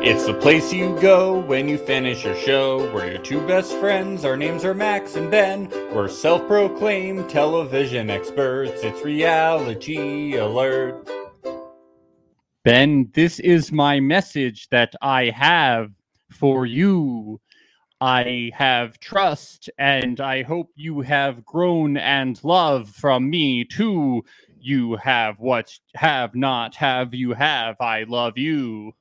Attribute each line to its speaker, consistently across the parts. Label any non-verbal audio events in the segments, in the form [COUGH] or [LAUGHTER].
Speaker 1: It's the place you go when you finish your show. We're your two best friends. Our names are Max and Ben. We're self proclaimed television experts. It's reality alert. Ben, this is my message that I have for you. I have trust, and I hope you have grown and love from me too. You have what have not, have you have. I love you.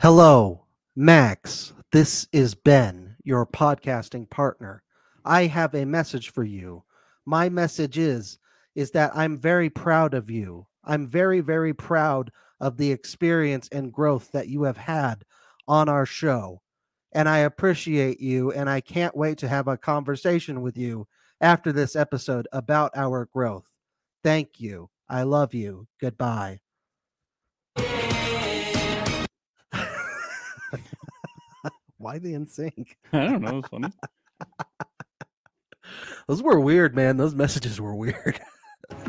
Speaker 2: Hello, Max. This is Ben, your podcasting partner. I have a message for you. My message is is that I'm very proud of you. I'm very very proud of the experience and growth that you have had on our show. And I appreciate you and I can't wait to have a conversation with you after this episode about our growth. Thank you. I love you. Goodbye. [LAUGHS] Why the in sync?
Speaker 1: [LAUGHS] I don't know. It's funny.
Speaker 2: Those were weird, man. Those messages were weird. [LAUGHS]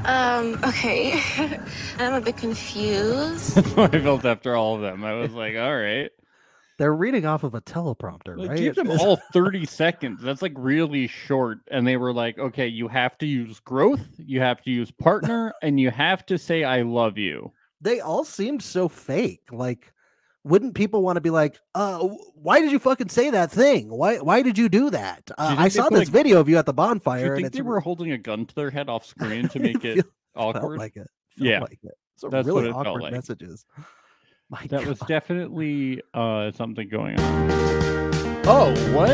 Speaker 3: Um, okay. [LAUGHS] I'm a bit confused.
Speaker 1: That's what I felt after all of them. I was like, all right.
Speaker 2: They're reading off of a teleprompter,
Speaker 1: Like,
Speaker 2: right?
Speaker 1: Give them [LAUGHS] all 30 seconds. That's like really short. And they were like, okay, you have to use growth, you have to use [LAUGHS] partner, and you have to say, I love you.
Speaker 2: they all seemed so fake. Like, wouldn't people want to be like, "Uh, w- why did you fucking say that thing? Why, why did you do that? Uh,
Speaker 1: think
Speaker 2: I
Speaker 1: they
Speaker 2: saw
Speaker 1: put a-
Speaker 2: this video of you at the
Speaker 1: Do you
Speaker 2: bonfire, and
Speaker 1: think
Speaker 2: it's
Speaker 1: they were holding a gun to their head off screen
Speaker 2: [LAUGHS]
Speaker 1: to [LAUGHS] make
Speaker 2: feel-
Speaker 1: it [LAUGHS]
Speaker 2: felt
Speaker 1: awkward?
Speaker 2: like it. Felt
Speaker 1: Yeah.
Speaker 2: like it. Some
Speaker 1: That's what
Speaker 2: really
Speaker 1: it felt
Speaker 2: awkward
Speaker 1: like.
Speaker 2: messages. [LAUGHS] My
Speaker 1: That was
Speaker 2: God.
Speaker 1: definitely uh, something going on. Oh, what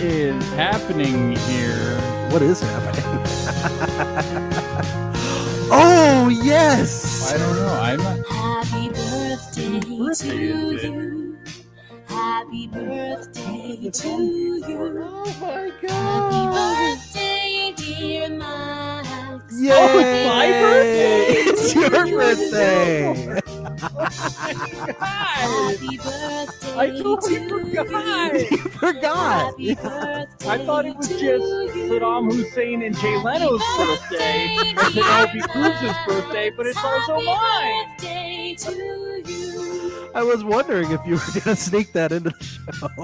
Speaker 1: is happening here?
Speaker 2: what is happening? [LAUGHS] oh yes.
Speaker 1: I don't know. I'm not.
Speaker 3: [LAUGHS] Happy birthday to you. Happy birthday to you.
Speaker 2: Oh my
Speaker 3: Happy
Speaker 2: god.
Speaker 3: birthday, dear Max.
Speaker 2: Yay!
Speaker 1: Oh, it's my birthday!
Speaker 2: [LAUGHS] It's your [LAUGHS] birthday.
Speaker 3: Happy birthday
Speaker 1: Oh, I totally
Speaker 3: to
Speaker 1: forgot.
Speaker 3: you.
Speaker 2: You forgot.
Speaker 3: Happy birthday
Speaker 1: I thought it was
Speaker 3: to
Speaker 1: just
Speaker 3: you.
Speaker 1: Saddam Hussein and Jay Leno's birthday, and Penelope Cruz's birthday, but it's also mine.
Speaker 3: Happy birthday to you.
Speaker 2: I was wondering if you were gonna sneak that into the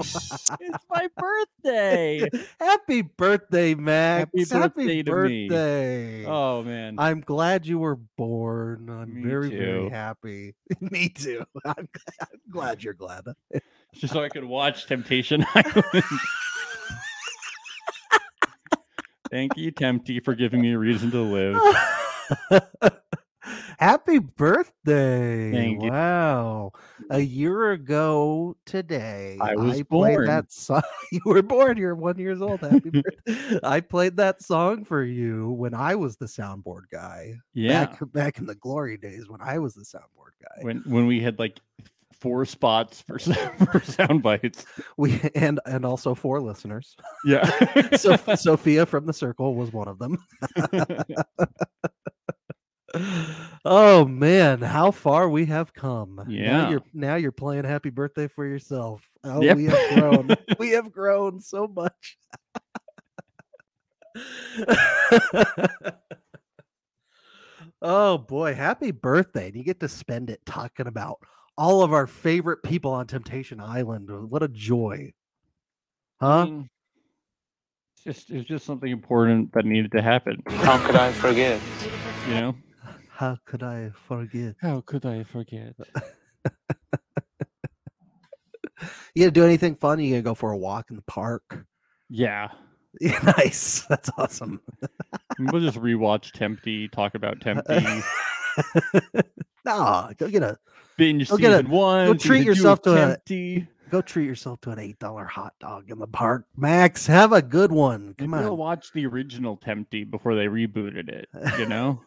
Speaker 2: show.
Speaker 1: It's my birthday.
Speaker 2: Happy birthday, Max.
Speaker 1: birthday to me.
Speaker 2: birthday.
Speaker 1: [LAUGHS] Oh man.
Speaker 2: I'm glad you were born. I'm
Speaker 1: Me
Speaker 2: very,
Speaker 1: too.
Speaker 2: very happy. [LAUGHS] me too. I'm, glad, I'm glad you're glad.
Speaker 1: just so I could watch Temptation [LAUGHS] Island. Thank you, Tempty, for giving me a reason to live.
Speaker 2: [LAUGHS] happy birthday.
Speaker 1: Thank you.
Speaker 2: wow. A year ago today,
Speaker 1: I was
Speaker 2: played
Speaker 1: born.
Speaker 2: that song. [LAUGHS] you were born. You're one years
Speaker 1: [LAUGHS]
Speaker 2: old. Happy birthday. I played that song for you when I was the soundboard guy.
Speaker 1: Yeah.
Speaker 2: back, back in the glory days when I was the soundboard guy.
Speaker 1: When when we had like four spots for sound, [LAUGHS] for sound bites.
Speaker 2: We and and also four listeners.
Speaker 1: Yeah.
Speaker 2: [LAUGHS] So Sophia from the circle was one
Speaker 1: [LAUGHS]
Speaker 2: of them. Oh man, how far we have come.
Speaker 1: Yeah.
Speaker 2: Now you're now you're playing happy birthday for yourself. Oh,
Speaker 1: Yep.
Speaker 2: we
Speaker 1: [LAUGHS]
Speaker 2: have grown. we have grown so much. [LAUGHS] oh boy, happy birthday. And you get to spend it talking about all of our favorite people on Temptation Island. What a joy. Huh?
Speaker 1: Mm. It's just it's just something important that needed to happen.
Speaker 4: How could I forget?
Speaker 1: You know?
Speaker 2: How could I forget?
Speaker 1: How could I forget?
Speaker 2: [LAUGHS] You gonna do anything fun? You gonna go for a walk in the park? [LAUGHS]
Speaker 1: Yeah.
Speaker 2: Yeah, nice. That's awesome. [LAUGHS]
Speaker 1: We'll just rewatch Tempty, talk about Tempty, [LAUGHS]
Speaker 2: Nah, go get a
Speaker 1: binge
Speaker 2: Go get a-
Speaker 1: season one.
Speaker 2: go treat
Speaker 1: season two
Speaker 2: yourself
Speaker 1: of
Speaker 2: to a-
Speaker 1: Tempty.
Speaker 2: go treat yourself to an eight dollar hot dog in the park. Max, have a good one. Come
Speaker 1: Maybe I'll
Speaker 2: on.
Speaker 1: watch the original Tempty before they rebooted it.
Speaker 2: [LAUGHS]
Speaker 1: You know,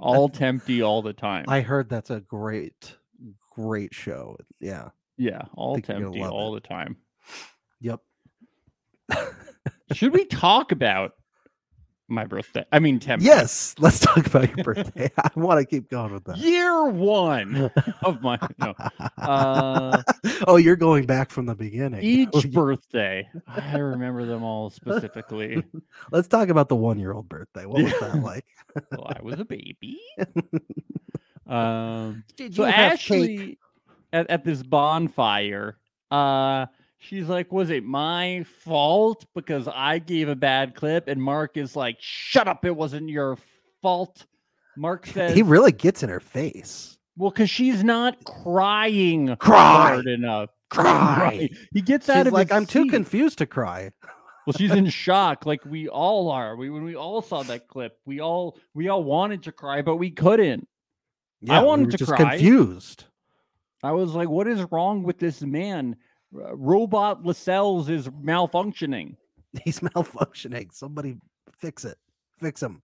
Speaker 1: all Tempty all the time.
Speaker 2: I heard that's a great, great show. Yeah.
Speaker 1: yeah, all
Speaker 2: think you're gonna
Speaker 1: Tempty
Speaker 2: love
Speaker 1: all the time.
Speaker 2: Yep.
Speaker 1: Should we talk about my birthday? I mean, Tempty.
Speaker 2: Yes. Let's talk about
Speaker 1: [LAUGHS]
Speaker 2: your birthday. [LAUGHS] I want to keep going with that.
Speaker 1: year
Speaker 2: [LAUGHS]
Speaker 1: one of my no. Uh,
Speaker 2: oh, you're going back from the beginning. [LAUGHS]
Speaker 1: each birthday, I remember them all
Speaker 2: [LAUGHS]
Speaker 1: specifically.
Speaker 2: Let's talk about the one year old birthday. What was
Speaker 1: Yeah.
Speaker 2: that like?
Speaker 1: Well, I was a baby. Um,
Speaker 2: Did
Speaker 1: so
Speaker 2: have cake?
Speaker 1: Ashley, at, at this bonfire. Uh, she's like, Was it my fault because I gave a bad clip? And Mark is like, Shut up. It wasn't your fault. Mark says,
Speaker 2: [LAUGHS] He really gets in her face.
Speaker 1: Well, because she's not crying
Speaker 2: Cry!
Speaker 1: hard enough. [LAUGHS]
Speaker 2: Cry.
Speaker 1: Right. He gets out
Speaker 2: She's
Speaker 1: of
Speaker 2: like,
Speaker 1: his
Speaker 2: I'm too
Speaker 1: seat."
Speaker 2: confused to cry.
Speaker 1: Well, she's
Speaker 2: [LAUGHS]
Speaker 1: in shock, like we all are. We when we all saw that clip, we all we all wanted to cry, but we couldn't.
Speaker 2: Yeah,
Speaker 1: wanted
Speaker 2: were
Speaker 1: to
Speaker 2: just
Speaker 1: cry.
Speaker 2: confused. [LAUGHS]
Speaker 1: I was like, "What is wrong with this man? R- Robot Lascelles is malfunctioning,
Speaker 2: He's malfunctioning. Somebody fix it. Fix him.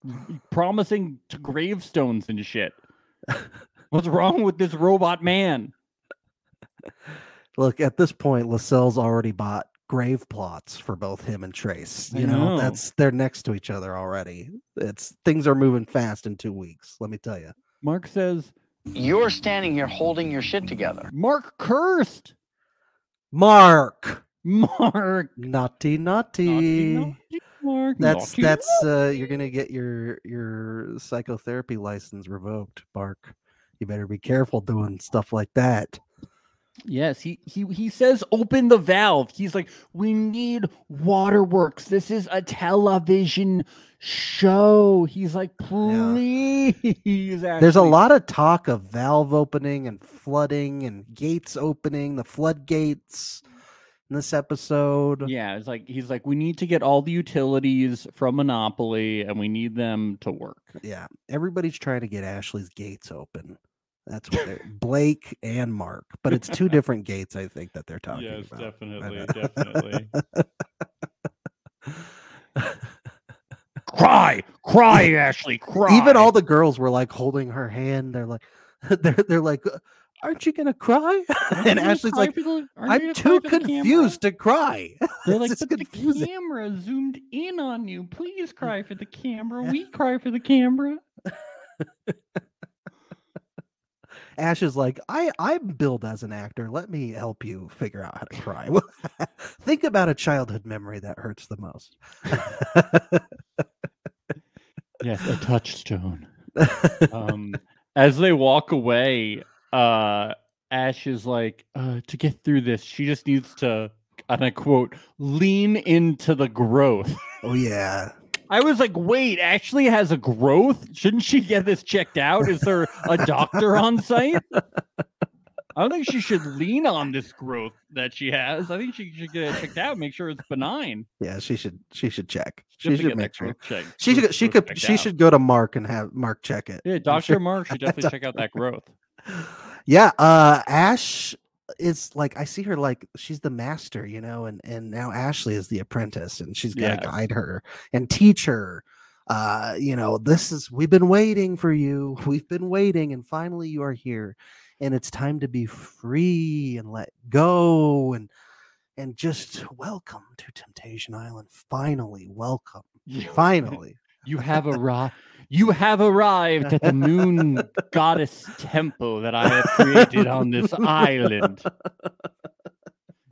Speaker 1: promising to gravestones and shit. What's wrong with this robot man?"
Speaker 2: Look, at this point, Lascelles already bought grave plots for both him and Trace.
Speaker 1: I
Speaker 2: You know,
Speaker 1: know.
Speaker 2: that's they're next to each other already. It's things are moving fast in two weeks. Let me tell you.
Speaker 1: Mark says,
Speaker 5: You're standing here holding your shit together.
Speaker 1: "Mark cursed. [LAUGHS]
Speaker 2: Mark,
Speaker 1: Mark,
Speaker 2: naughty, naughty.
Speaker 1: naughty, naughty, Mark.
Speaker 2: That's
Speaker 1: naughty,
Speaker 2: that's uh, you're gonna get your your psychotherapy license revoked, Mark. You better be careful doing stuff like that.
Speaker 1: Yes, he he he says open the valve. He's like, we need waterworks. This is a television show. He's like, please.
Speaker 2: There's a
Speaker 1: actually."
Speaker 2: lot of talk of valve opening and flooding and gates opening, the floodgates in this episode.
Speaker 1: Yeah, it's like he's like, we need to get all the utilities from Monopoly, and we need them to work.
Speaker 2: Yeah, everybody's trying to get Ashley's gates open. That's what they're Blake and Mark, but it's two different gates I think that they're talking about.
Speaker 6: definitely,
Speaker 2: know.
Speaker 6: definitely.
Speaker 1: [LAUGHS] Cry, cry, Ashley, cry.
Speaker 2: Even all the girls were like holding her hand. They're like, [LAUGHS] they're they're like, "Uh, aren't you gonna cry? [LAUGHS]
Speaker 1: Aren't
Speaker 2: and
Speaker 1: you gonna
Speaker 2: Ashley's
Speaker 1: cry
Speaker 2: like,
Speaker 1: for the- aren't you
Speaker 2: I'm
Speaker 1: gonna
Speaker 2: too
Speaker 1: cry for the camera?"
Speaker 2: confused to cry. [LAUGHS]
Speaker 1: They're
Speaker 2: This
Speaker 1: like,
Speaker 2: is
Speaker 1: but the
Speaker 2: confusing.
Speaker 1: camera zoomed in on you.
Speaker 2: [LAUGHS]
Speaker 1: Please cry for the camera. We cry for the camera.
Speaker 2: Ash is like, I I'm billed as an actor. Let me help you figure out how to cry. [LAUGHS] Think about a childhood memory that hurts the most.
Speaker 1: yes, a
Speaker 2: [LAUGHS]
Speaker 1: touchstone. Um, as they walk away, uh, Ash is like, uh, to get through this, she just needs to, and I quote, lean into the growth.
Speaker 2: oh yeah.
Speaker 1: I was like, wait, Ashley has a growth? Shouldn't she get this checked out? Is there a doctor on site? I don't think she should lean on this growth that she has. I think she should get it checked out, make sure it's benign.
Speaker 2: Yeah, she should she should check.
Speaker 1: She'll
Speaker 2: She
Speaker 1: have to get
Speaker 2: should
Speaker 1: that
Speaker 2: make sure.
Speaker 1: growth checked-
Speaker 2: She
Speaker 1: growth-
Speaker 2: should she
Speaker 1: growth
Speaker 2: could
Speaker 1: checked
Speaker 2: she
Speaker 1: out.
Speaker 2: should go to Mark and have Mark check it.
Speaker 1: Yeah,
Speaker 2: I'm [LAUGHS]
Speaker 1: Dr.
Speaker 2: sure-
Speaker 1: Mark should definitely check out that growth.
Speaker 2: Yeah, uh Ash is like I see her like she's the master, you know, and and now Ashley is the apprentice and she's got to
Speaker 1: Yes.
Speaker 2: guide her and teach her. Uh, you know, this is we've been waiting for you. [LAUGHS] We've been waiting and finally you are here and it's time to be free and let go and and just welcome to Temptation Island. Finally, welcome. Finally.
Speaker 1: You have arrived. You have arrived at the moon goddess temple that I have created on this
Speaker 2: [LAUGHS]
Speaker 1: island.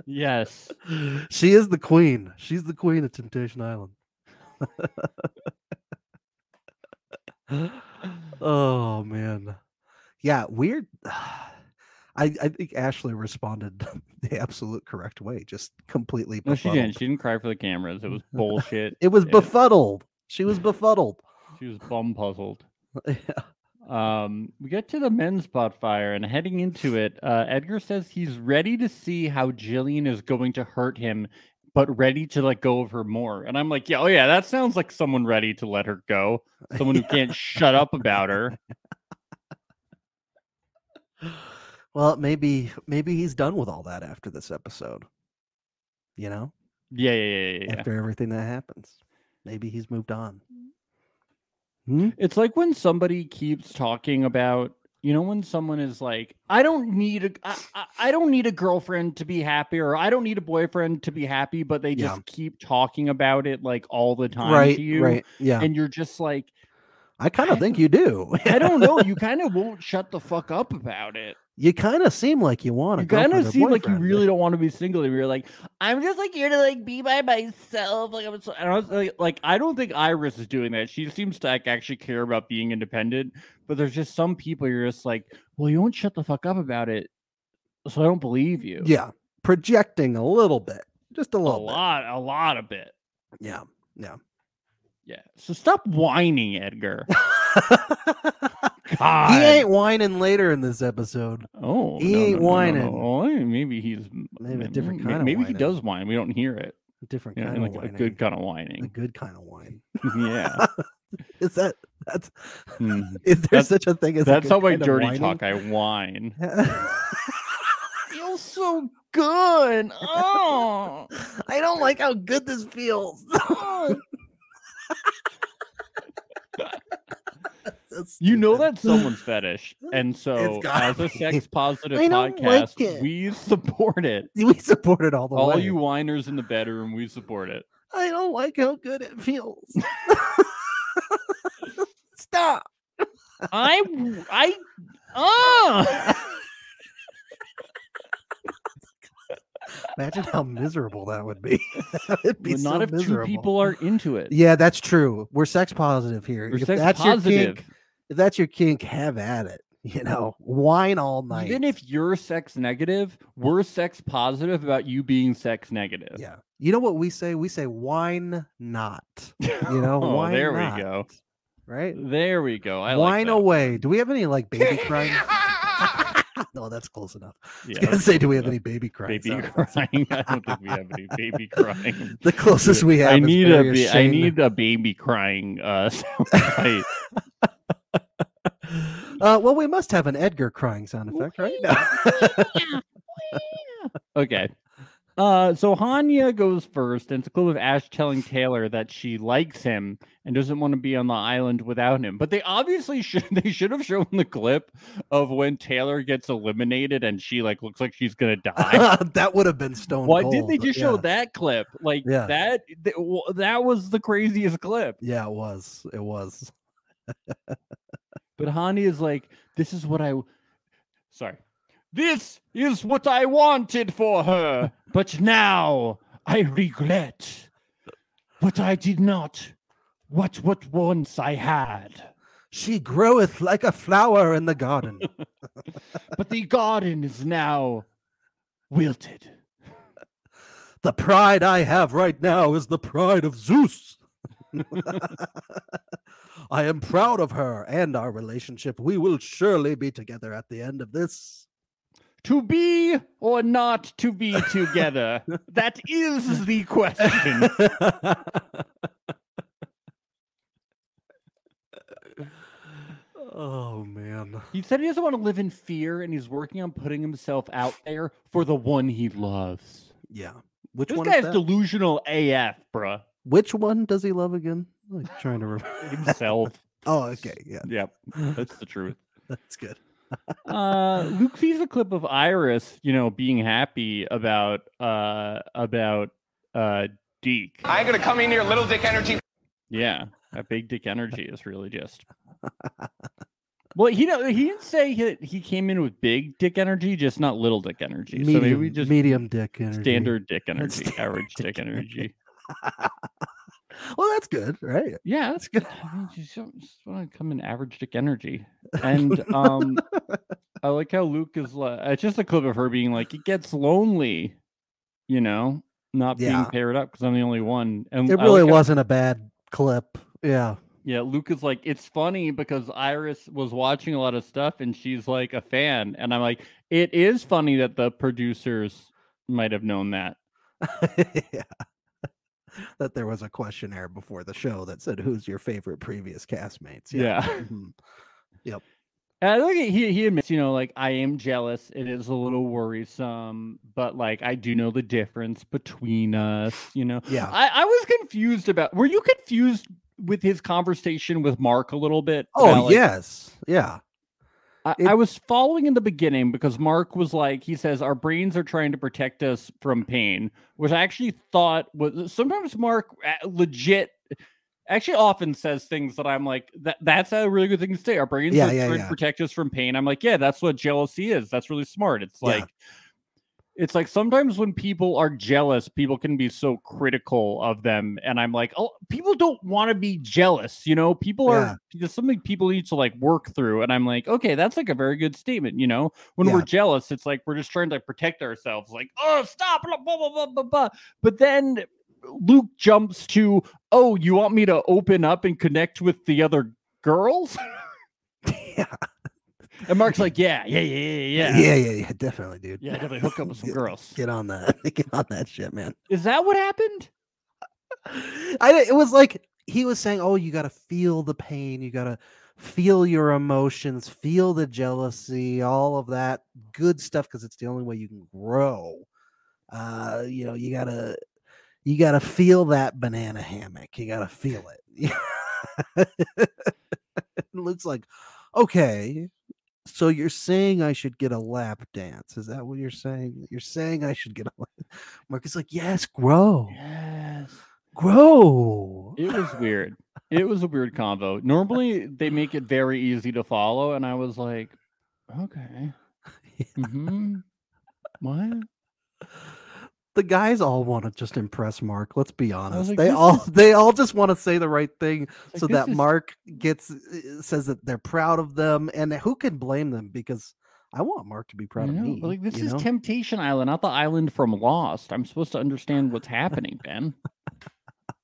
Speaker 1: Yes.
Speaker 2: she is the queen. She's the queen of Temptation Island. oh man, yeah, weird. [SIGHS] I I think Ashley responded [LAUGHS] the absolute correct way, just completely.
Speaker 1: No, she
Speaker 2: Befuddled.
Speaker 1: didn't. She didn't cry for the cameras. It was bullshit.
Speaker 2: It was
Speaker 1: Yeah.
Speaker 2: befuddled.
Speaker 1: [LAUGHS]
Speaker 2: She was befuddled. [LAUGHS]
Speaker 1: She was bum puzzled.
Speaker 2: Yeah.
Speaker 1: Um, we get to the men's bonfire and heading into it, uh, Edgar says he's ready to see how Jillian is going to hurt him, but ready to let go of her more. And I'm like, yeah, oh yeah, that sounds like someone ready to let her go. Someone who can't shut up about her.
Speaker 2: Well, maybe maybe he's done with all that after this episode. You know,
Speaker 1: Yeah, yeah, yeah, yeah. yeah.
Speaker 2: after everything that happens, maybe he's moved on. Hmm?
Speaker 1: It's like when somebody keeps talking about, you know, when someone is like, I don't need a, I, I, I don't need a girlfriend to be happy, or I don't need a boyfriend to be happy, but they
Speaker 2: Yeah.
Speaker 1: just keep talking about it like all the time
Speaker 2: Right,
Speaker 1: to you,
Speaker 2: right, yeah.
Speaker 1: and you're just like,
Speaker 2: I kind
Speaker 1: I
Speaker 2: of think you do.
Speaker 1: [LAUGHS] I don't know, you kind of won't shut the fuck up about it.
Speaker 2: [LAUGHS] You kind of seem like you want to.
Speaker 1: You kind of seem like you really don't want to be single. and You're like, I'm just like here to like be by myself. Like I'm so, and I was like, like I don't think Iris is doing that. She seems to like, actually care about being independent. But there's just some people you're just like, well, you won't shut the fuck up about it. So I don't believe you.
Speaker 2: [LAUGHS] Yeah, projecting a little bit, just a
Speaker 1: a
Speaker 2: little bit.
Speaker 1: lot, a lot of it.
Speaker 2: Yeah, [LAUGHS] yeah.
Speaker 1: Yeah. So stop whining, Edgar.
Speaker 2: [LAUGHS] he
Speaker 1: God.
Speaker 2: ain't whining later in this episode.
Speaker 1: Oh,
Speaker 2: he
Speaker 1: no, no,
Speaker 2: ain't
Speaker 1: no, no,
Speaker 2: whining.
Speaker 1: no. Oh, maybe he's
Speaker 2: Maybe a different
Speaker 1: mm,
Speaker 2: kind of
Speaker 1: Maybe he
Speaker 2: whining.
Speaker 1: does whine. We don't hear it.
Speaker 2: A different
Speaker 1: You know,
Speaker 2: kind
Speaker 1: like
Speaker 2: of
Speaker 1: a
Speaker 2: whining.
Speaker 1: good kind of
Speaker 2: a
Speaker 1: whining.
Speaker 2: good kind of wine.
Speaker 1: [LAUGHS] yeah.
Speaker 2: [LAUGHS] Is that that's
Speaker 1: Mhm.
Speaker 2: is there
Speaker 1: That's-
Speaker 2: such a thing as a
Speaker 1: That's
Speaker 2: good
Speaker 1: how my
Speaker 2: kind of
Speaker 1: dirty
Speaker 2: whining?
Speaker 1: talk. I whine.
Speaker 2: [LAUGHS] feels so good. [LAUGHS] Oh, I don't like how good this feels. [LAUGHS] That's
Speaker 1: You know
Speaker 2: stupid.
Speaker 1: that's someone's fetish, and so
Speaker 2: gotta
Speaker 1: as a
Speaker 2: be. [LAUGHS]
Speaker 1: sex positive
Speaker 2: I don't like
Speaker 1: podcast,
Speaker 2: it.
Speaker 1: we support it.
Speaker 2: [LAUGHS] we support it all the
Speaker 1: All
Speaker 2: way.
Speaker 1: you whiners in the bedroom, we support it.
Speaker 2: I don't like how good
Speaker 1: [LAUGHS]
Speaker 2: it feels. [LAUGHS] Stop. [LAUGHS]
Speaker 1: I, I, oh,
Speaker 2: ah! Imagine how miserable that
Speaker 1: [LAUGHS]
Speaker 2: would be. [LAUGHS] that would be
Speaker 1: not
Speaker 2: so
Speaker 1: if
Speaker 2: miserable.
Speaker 1: two people are into it.
Speaker 2: Yeah, that's true. We're sex positive here.
Speaker 1: We're
Speaker 2: if
Speaker 1: sex
Speaker 2: that's your
Speaker 1: positive.
Speaker 2: kink, if that's your kink, have at it. [LAUGHS] You know, wine all night.
Speaker 1: Even if you're sex negative, we're sex positive about you being sex negative.
Speaker 2: yeah, you know what we say? We say wine not. You know,
Speaker 1: [LAUGHS] Oh,
Speaker 2: wine
Speaker 1: there
Speaker 2: not,
Speaker 1: we go.
Speaker 2: Right?
Speaker 1: There we go. I
Speaker 2: wine
Speaker 1: like that.
Speaker 2: away. Do we have any like baby [LAUGHS] crying?
Speaker 1: [LAUGHS]
Speaker 2: no, that's close enough. [LAUGHS]
Speaker 1: Yeah,
Speaker 2: I was gonna say, do we have
Speaker 1: enough.
Speaker 2: any baby crying?
Speaker 1: baby
Speaker 2: sound effects?
Speaker 1: crying. I don't think we have any
Speaker 2: [LAUGHS]
Speaker 1: baby [LAUGHS] crying.
Speaker 2: The closest we have.
Speaker 1: I
Speaker 2: is
Speaker 1: need a
Speaker 2: various
Speaker 1: ba- I
Speaker 2: Shane-
Speaker 1: need a baby crying uh [LAUGHS] soundbite.
Speaker 2: Uh, well, we must have an Edgar crying sound effect, right?
Speaker 1: okay. Uh, so Hanya goes first, and it's a clip of Ash telling Taylor that she likes him and doesn't want to be on the island without him. But they obviously [LAUGHS] should they should have shown the clip of when Taylor gets eliminated and she like looks like she's gonna die.
Speaker 2: [LAUGHS] that would have been stone
Speaker 1: Why
Speaker 2: cold.
Speaker 1: didn't they just
Speaker 2: yeah.
Speaker 1: show that clip? Like
Speaker 2: Yeah.
Speaker 1: that th- w- that was the craziest clip.
Speaker 2: Yeah, it was. It was.
Speaker 1: But Hani is like, this is what I. w- Sorry. This is what I wanted for her.
Speaker 2: [LAUGHS]
Speaker 1: But now I regret what I did not. What what once I had.
Speaker 2: She groweth like a flower in
Speaker 1: [LAUGHS]
Speaker 2: the garden.
Speaker 1: But the garden is now wilted.
Speaker 2: the pride I have right now is the pride of Zeus. [LAUGHS] I am proud of her and our relationship. We will surely be together at the end
Speaker 1: [LAUGHS]
Speaker 2: of this.
Speaker 1: To be or not to be
Speaker 2: [LAUGHS]
Speaker 1: together. that is the question.
Speaker 2: oh man.
Speaker 1: He said he doesn't want to live in fear and he's working on putting himself out there for the one he loves.
Speaker 2: Yeah. Which
Speaker 1: This
Speaker 2: one
Speaker 1: guy's
Speaker 2: is that?
Speaker 1: delusional AF, bruh.
Speaker 2: Which one does he love again? Like trying
Speaker 1: [LAUGHS]
Speaker 2: to remember. [LAUGHS]
Speaker 1: Himself.
Speaker 2: oh, okay. Yeah.
Speaker 1: yep, that's the
Speaker 2: [LAUGHS]
Speaker 1: truth.
Speaker 2: That's good.
Speaker 1: Uh, Luke sees a clip of Iris, you know, being happy about uh about uh Deke.
Speaker 7: I ain't gonna come in here, little dick energy.
Speaker 1: yeah, that big dick energy is really
Speaker 2: [LAUGHS]
Speaker 1: just. Well, he don't, he didn't say he, he came in with big dick energy, just not little dick energy.
Speaker 2: Medium,
Speaker 1: so maybe we just
Speaker 2: medium dick energy.
Speaker 1: standard [LAUGHS] dick energy,
Speaker 2: standard
Speaker 1: average
Speaker 2: dick
Speaker 1: dick
Speaker 2: energy.
Speaker 1: energy.
Speaker 2: Well, that's good, right?
Speaker 1: [LAUGHS] Yeah, that's good. I mean, you just, want to come in average dick [LAUGHS] energy. And um, I like how Luke is like, it's just a clip of her being like, it gets lonely, you know, not
Speaker 2: Yeah.
Speaker 1: being paired up because I'm the only one. And
Speaker 2: It
Speaker 1: I
Speaker 2: really
Speaker 1: like how-
Speaker 2: wasn't a bad clip. Yeah. [LAUGHS]
Speaker 1: yeah, Luke is like, it's funny because Iris was watching a lot of stuff and she's like a fan. And I'm like, it is funny that the producers might have known that.
Speaker 2: yeah. That there was a questionnaire before the show that said, "Who's your favorite previous castmates?"
Speaker 1: Yeah. [LAUGHS]
Speaker 2: Mhm.
Speaker 1: And I think he he admits, you know, like I am jealous. It is a little worrisome, but like I do know the difference between us. You know,
Speaker 2: yeah.
Speaker 1: I I was confused about. Were you confused with his conversation with Mark a little bit? about,
Speaker 2: Oh
Speaker 1: like,
Speaker 2: yes, yeah. [LAUGHS]
Speaker 1: I,
Speaker 2: It-
Speaker 1: I was following in the beginning because Mark was like, he says, our brains are trying to protect us from pain, which I actually thought was sometimes Mark a- legit actually often says things that I'm like, that that's a really good thing to say. Our brains
Speaker 2: Yeah,
Speaker 1: are
Speaker 2: yeah,
Speaker 1: trying
Speaker 2: yeah.
Speaker 1: to protect us from pain. I'm like, yeah, that's what jealousy is. That's really smart. It's
Speaker 2: Yeah.
Speaker 1: like, It's like sometimes when people are jealous, people can be so critical of them. And I'm like, oh, people don't want to be jealous. You know, people are, there's something people need to like work through. And I'm like, okay, that's like a very good statement. You know, when we're
Speaker 2: Yeah.
Speaker 1: jealous, it's like we're just trying to protect ourselves, like, oh, stop, blah, blah, blah, blah, blah, blah. But then Luke jumps to, oh, you want me to open up and connect with the other girls? [LAUGHS]
Speaker 2: yeah.
Speaker 1: And Mark's like, yeah, yeah, yeah, yeah, [LAUGHS] yeah.
Speaker 2: yeah, yeah, yeah, definitely, dude.
Speaker 1: Yeah, definitely hook up with some
Speaker 2: Get-
Speaker 1: girls.
Speaker 2: Get on that. [LAUGHS] Get on that shit, man.
Speaker 1: Is that what happened?
Speaker 2: I di- it was like he was saying, "Oh, you got to feel the pain. You got to feel your emotions, feel the jealousy, all of that good stuff because it's the only way you can grow." Uh, you know, you got to you got to feel that banana hammock. You got to feel it. [LAUGHS] Luke's like, "Okay, so you're saying I should get a lap dance? Is that what you're saying? You're saying I should get a lap?" Mark is like, "Yes, grow."
Speaker 1: Yes.
Speaker 2: grow.
Speaker 1: It was weird. It was a weird convo. Normally they make it very easy to follow, and I was like, okay.
Speaker 2: [LAUGHS] Yeah.
Speaker 1: hmm What?
Speaker 2: The guys all want to just impress Mark. Let's be honest.
Speaker 1: like,
Speaker 2: they
Speaker 1: this
Speaker 2: all
Speaker 1: is-
Speaker 2: they all just want to say the right thing
Speaker 1: It's like,
Speaker 2: so
Speaker 1: this
Speaker 2: that
Speaker 1: is-
Speaker 2: Mark gets uh, says that they're proud of them. And who can blame them? Because I want Mark to be
Speaker 1: I
Speaker 2: proud of
Speaker 1: know,
Speaker 2: me.
Speaker 1: but, Like this
Speaker 2: you
Speaker 1: is
Speaker 2: know?
Speaker 1: Temptation Island, not the island from Lost. I'm supposed to understand what's happening, Ben.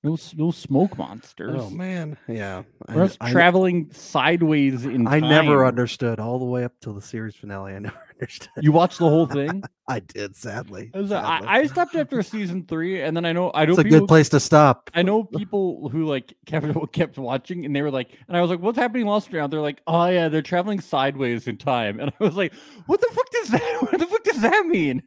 Speaker 1: No, s- no smoke monsters.
Speaker 2: Oh man, yeah. I
Speaker 1: We're
Speaker 2: kn-
Speaker 1: us
Speaker 2: I,
Speaker 1: traveling sideways in
Speaker 2: I never
Speaker 1: time.
Speaker 2: understood all the way up till the series finale. I [LAUGHS] never understood.
Speaker 1: You watched the whole thing.
Speaker 2: I did, sadly.
Speaker 1: I, was like, I-
Speaker 2: sadly.
Speaker 1: I stopped after season three, and then I know I know
Speaker 2: It's a
Speaker 1: people,
Speaker 2: good place to stop.
Speaker 1: I know people who like [LAUGHS] kept kept watching, and they were like, and I was like, "What's happening last round?" They're like, "Oh yeah, they're traveling sideways in time," [LAUGHS] and I was like, "What the fuck does that? [LAUGHS] What the fuck does that mean?"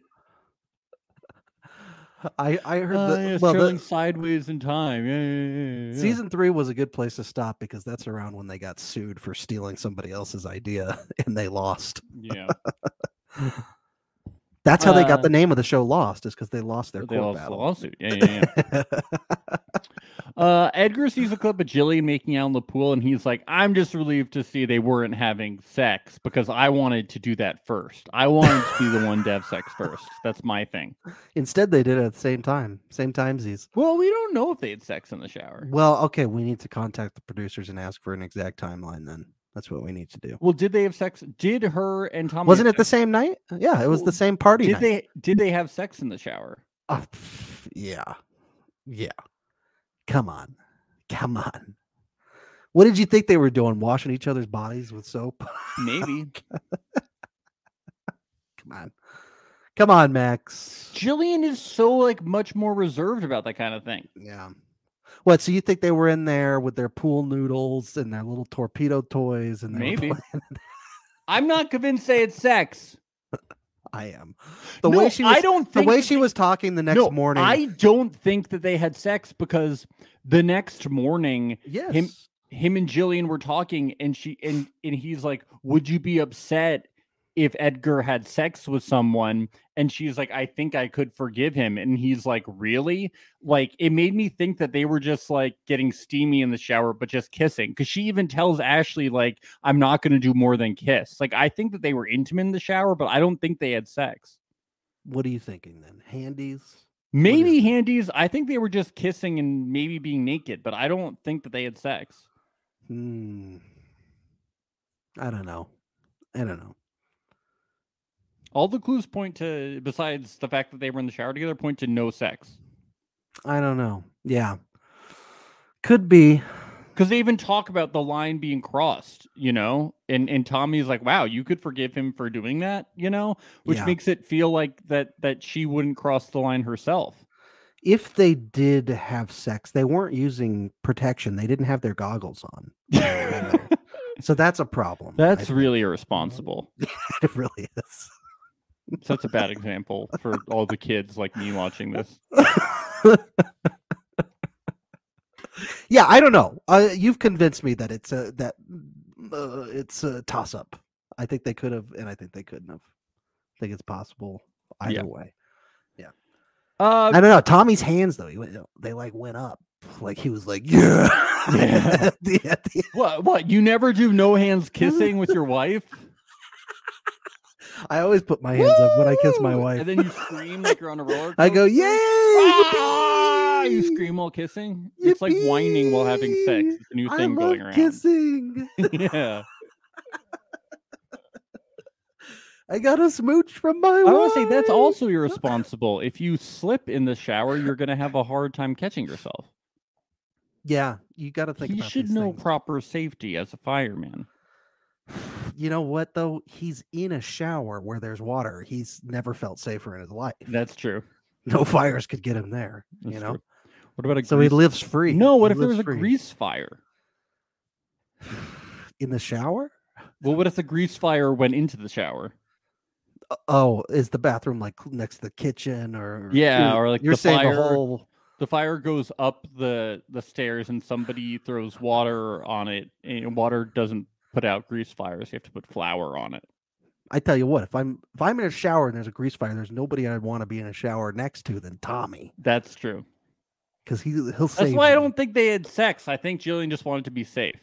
Speaker 2: I I [LAUGHS] heard
Speaker 1: "Oh,
Speaker 2: the
Speaker 1: yeah, it's
Speaker 2: well
Speaker 1: traveling
Speaker 2: the,
Speaker 1: sideways in time. Yeah, yeah, yeah, yeah, yeah."
Speaker 2: Season three was a good place to stop because that's around when they got sued for stealing somebody else's idea [LAUGHS] and they lost. [LAUGHS]
Speaker 1: Yeah,
Speaker 2: That's how they got
Speaker 1: Uh,
Speaker 2: the name of the show Lost, is because they lost their
Speaker 1: they
Speaker 2: court
Speaker 1: lost the
Speaker 2: battle.
Speaker 1: lawsuit. Yeah, yeah, yeah.
Speaker 2: [LAUGHS]
Speaker 1: Uh, Edgar sees a clip of Jillian making out in the pool, and he's like, "I'm just relieved to see they weren't having sex because I wanted to do that first. I wanted to be the one to have sex first. That's my thing."
Speaker 2: Instead, they did it at the same time, same timesies.
Speaker 1: Well, we don't know if they had sex in the shower.
Speaker 2: Well, okay, we need to contact the producers and ask for an exact timeline. Then that's what we need to do.
Speaker 1: Well, did they have sex? Did her and Tommy? have
Speaker 2: Wasn't it the
Speaker 1: sex?
Speaker 2: same night? Uh, Yeah, it was
Speaker 1: Well,
Speaker 2: the same party.
Speaker 1: Did
Speaker 2: night.
Speaker 1: they did they have sex in the shower?
Speaker 2: Oh, pff, yeah. Yeah. Come on. Come on. What did you think they were doing? Washing each other's bodies with soap? [LAUGHS]
Speaker 1: Maybe.
Speaker 2: Come on. Come on, Max.
Speaker 1: Jillian is so like much more reserved about that kind of thing.
Speaker 2: Yeah. What? So you think they were in there with their pool noodles and their little torpedo toys? And they were
Speaker 1: Maybe.
Speaker 2: playing- [LAUGHS]
Speaker 1: I'm not convinced they had sex.
Speaker 2: I am. The
Speaker 1: No,
Speaker 2: way she was,
Speaker 1: I don't
Speaker 2: the
Speaker 1: think
Speaker 2: way
Speaker 1: that
Speaker 2: she
Speaker 1: they-
Speaker 2: was talking the next
Speaker 1: no,
Speaker 2: morning.
Speaker 1: I don't think that they had sex because the next morning
Speaker 2: yes.
Speaker 1: him and Jillian were talking and she and and he's like, "Would you be upset if Edgar had sex with someone?" And she's like, "I think I could forgive him." And he's like, "Really?" Like it made me think that they were just like getting steamy in the shower but just kissing cuz she even tells Ashley like, "I'm not going to do more than kiss." Like I think that they were intimate in the shower, but I don't think they had sex.
Speaker 2: What are you thinking then? Handies? is
Speaker 1: Maybe
Speaker 2: it?
Speaker 1: handies, I think they were just kissing and maybe being naked, but I don't think that they had sex.
Speaker 2: Hmm. I don't know. I don't know.
Speaker 1: All the clues point to, besides the fact that they were in the shower together, point to no sex.
Speaker 2: I don't know. Yeah. Could be.
Speaker 1: Because they even talk about the line being crossed, you know? And and Tommy's like, wow, you could forgive him for doing that, you know? Which
Speaker 2: Yeah.
Speaker 1: makes it feel like that that she wouldn't cross the line herself.
Speaker 2: [LAUGHS] If they did have sex, they weren't using protection. They didn't have their goggles on. [LAUGHS] So that's a problem. I
Speaker 1: That's
Speaker 2: think.
Speaker 1: really irresponsible.
Speaker 2: it really is.
Speaker 1: So that's a bad example for all the kids like me watching
Speaker 2: [LAUGHS]
Speaker 1: this.
Speaker 2: yeah, I don't know. Uh, you've convinced me that it's a that uh, it's a toss up. I think they could have, and I think they couldn't have. I think it's possible either
Speaker 1: Yeah.
Speaker 2: way.
Speaker 1: Uh,
Speaker 2: I don't know. Tommy's hands though, he went, they like went up, like he was like yeah.
Speaker 1: [LAUGHS] Yeah.
Speaker 2: [LAUGHS] At the- at the- [LAUGHS]
Speaker 1: what, what? You never do no hands kissing with your wife?
Speaker 2: I always put my hands up when I kiss my
Speaker 1: Woo!
Speaker 2: wife.
Speaker 1: And then you scream like you're on a roller
Speaker 2: [LAUGHS] I go,
Speaker 1: coaster.
Speaker 2: yay!
Speaker 1: Ah! You
Speaker 2: yippee!
Speaker 1: scream while kissing. It's like whining while having sex.
Speaker 2: Yippee!
Speaker 1: It's a new
Speaker 2: I
Speaker 1: thing
Speaker 2: love
Speaker 1: going around.
Speaker 2: kissing.
Speaker 1: [LAUGHS]
Speaker 2: [LAUGHS]
Speaker 1: yeah.
Speaker 2: I got a smooch from my wife.
Speaker 1: I want to say that's also irresponsible. If you slip in the shower, you're going to have a hard time catching yourself.
Speaker 2: Yeah, you got to think.
Speaker 1: he
Speaker 2: about
Speaker 1: should
Speaker 2: these
Speaker 1: know
Speaker 2: things.
Speaker 1: proper safety as a fireman.
Speaker 2: You know what though? He's in a shower where there's water. He's never felt safer in his life.
Speaker 1: That's true.
Speaker 2: No [LAUGHS] fires could get him there.
Speaker 1: That's
Speaker 2: you know.
Speaker 1: true. What about a
Speaker 2: So he
Speaker 1: grease?
Speaker 2: lives free.
Speaker 1: No, what
Speaker 2: He
Speaker 1: if there
Speaker 2: lives
Speaker 1: was a
Speaker 2: free.
Speaker 1: grease fire?
Speaker 2: in the shower?
Speaker 1: Well, what if the grease fire went into the shower?
Speaker 2: Uh, Oh, is the bathroom like cl- next to the kitchen or
Speaker 1: Yeah,
Speaker 2: Ooh,
Speaker 1: or like
Speaker 2: you're
Speaker 1: the
Speaker 2: saying
Speaker 1: fire.
Speaker 2: the whole
Speaker 1: The fire goes up the the stairs, and somebody throws water on it, and water doesn't put out grease fires. You have to put flour on it.
Speaker 2: I tell you what, if I'm if I'm in a shower and there's a grease fire, there's nobody I'd want to be in a shower next to than Tommy.
Speaker 1: That's true.
Speaker 2: Because he he'll save
Speaker 1: That's why I
Speaker 2: me.
Speaker 1: don't think they had sex. I think Jillian just wanted to be safe.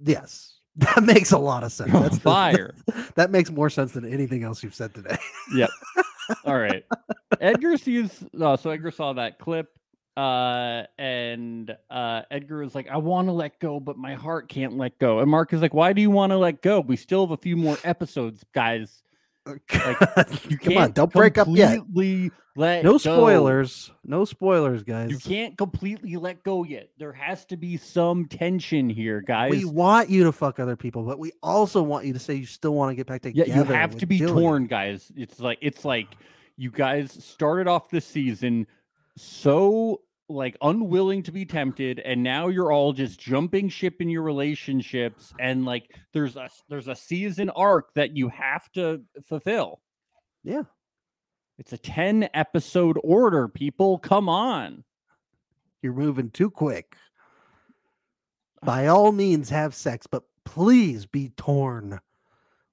Speaker 2: Yes. [LAUGHS] That makes a lot of sense.
Speaker 1: You're on [LAUGHS]
Speaker 2: [LAUGHS] That's the- [LAUGHS]
Speaker 1: fire.
Speaker 2: that makes more sense than anything else you've said today. [LAUGHS]
Speaker 1: All right. Edgar sees uh, so Edgar saw that clip uh and uh Edgar is like I want to let go but my heart can't let go. And Mark is like why do you want to let go? We still have a few more episodes, guys. You
Speaker 2: Oh, Come
Speaker 1: can't
Speaker 2: on, don't break up yet.
Speaker 1: completely Let
Speaker 2: No
Speaker 1: go.
Speaker 2: spoilers. No spoilers, guys.
Speaker 1: You can't completely let go yet. There has to be some tension here, guys.
Speaker 2: we want you to fuck other people, but we also want you to say you still want to get back
Speaker 1: Yeah,
Speaker 2: together.
Speaker 1: you have
Speaker 2: with
Speaker 1: to be
Speaker 2: Jillian.
Speaker 1: torn, guys. It's like it's like you guys started off this season so like unwilling to be tempted, and now you're all just jumping ship in your relationships, and like there's a there's a season arc that you have to fulfill.
Speaker 2: Yeah.
Speaker 1: It's a 10 episode order, people. Come on.
Speaker 2: You're moving too quick. By all means, have sex, but please be torn.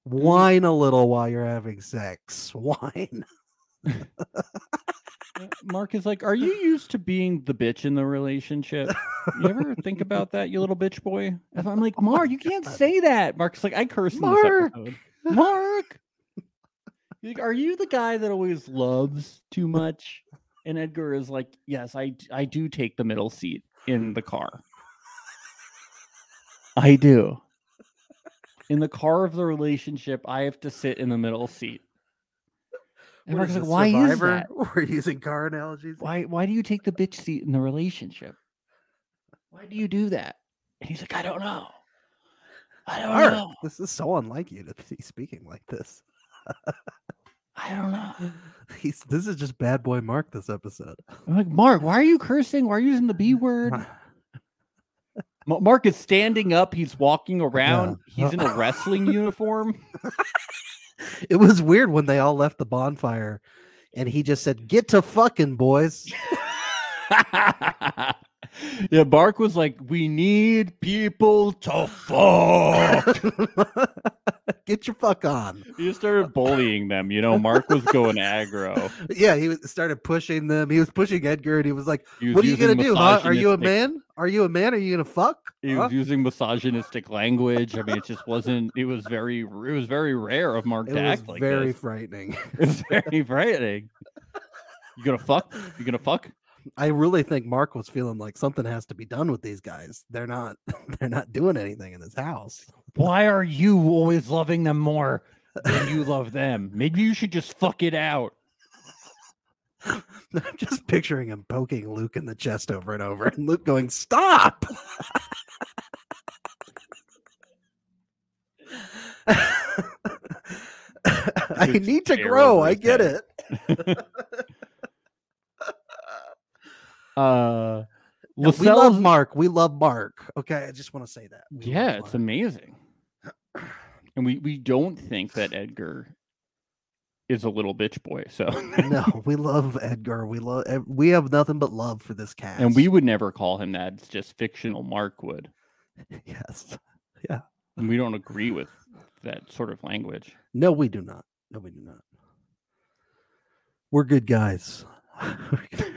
Speaker 2: Whine a little while you're having sex. [LAUGHS] Whine.
Speaker 1: Uh, Mark is like, Are you used to being the bitch in the relationship? You ever
Speaker 2: [LAUGHS]
Speaker 1: think about that, you little bitch boy? And I'm like, Mark, you can't say that. Mark's like, I curse
Speaker 2: Oh Mark!
Speaker 1: in this episode. Mark. You're Like, are you the guy that always loves too much? And Edgar is like, Yes, I d- I do take the middle seat in the car. I do. In the car of the relationship, I have to sit in the middle seat. And
Speaker 2: What
Speaker 1: Mark's like,
Speaker 2: is this,
Speaker 1: why is
Speaker 2: Survivor?
Speaker 1: that?
Speaker 2: [LAUGHS] We're using car analogies.
Speaker 1: why why do you take the bitch seat in the relationship? Why do you do that? And he's like, I don't know. I don't
Speaker 2: Mark,
Speaker 1: know.
Speaker 2: this is so unlike you to [LAUGHS] be speaking like this. [LAUGHS]
Speaker 1: I don't know.
Speaker 2: He's this is just bad boy Mark this episode. [LAUGHS]
Speaker 1: I'm like, Mark, why are you cursing? Why are you using the B word? Ma- Mark is standing up. He's walking around. He's in a [LAUGHS] wrestling uniform.
Speaker 2: It was weird when they all left the bonfire and he just said, Get to fucking boys.
Speaker 1: yeah, Mark was like, we need people to fuck.
Speaker 2: [LAUGHS] Get your fuck on.
Speaker 1: he started bullying them. You know, Mark was going aggro.
Speaker 2: Yeah, he was- started pushing them. He was pushing Edgar and he was like,
Speaker 1: He was
Speaker 2: What are you
Speaker 1: using
Speaker 2: gonna do, huh? Are you a
Speaker 1: misogynistic-
Speaker 2: man? Are you a man? Are you gonna fuck?
Speaker 1: he
Speaker 2: Huh?"
Speaker 1: was using misogynistic language. I mean, it just wasn't. It was very. It was very rare of Mark
Speaker 2: It
Speaker 1: to
Speaker 2: was
Speaker 1: act like
Speaker 2: very
Speaker 1: this. [LAUGHS]
Speaker 2: frightening. [LAUGHS]
Speaker 1: It was very frightening. You gonna fuck? You gonna fuck?
Speaker 2: I really think Mark was feeling like something has to be done with these guys. They're not [LAUGHS] they're not doing anything in this house.
Speaker 1: Why are you always loving them more than you love them? Maybe you should just fuck it out.
Speaker 2: [LAUGHS] I'm just picturing him poking Luke in the chest over and over and Luke going, Stop. [LAUGHS] I
Speaker 1: Luke's
Speaker 2: need to
Speaker 1: hair
Speaker 2: grow.
Speaker 1: over
Speaker 2: I
Speaker 1: his
Speaker 2: get
Speaker 1: head.
Speaker 2: it.
Speaker 1: Uh,
Speaker 2: No, we
Speaker 1: Lascelles-
Speaker 2: love Mark. We love Mark. Okay, I just want to say that. We love
Speaker 1: Yeah, it's
Speaker 2: Mark.
Speaker 1: amazing. And we we don't think that Edgar is a little bitch boy. So
Speaker 2: [LAUGHS] no, we love Edgar. We love. ev- We have nothing but love for this cast.
Speaker 1: and we would never call him that. It's just fictional. Mark would.
Speaker 2: [LAUGHS] yes,
Speaker 1: And we don't agree with that sort of language.
Speaker 2: no, we do not. No, we do not. We're good guys. [LAUGHS] We're good-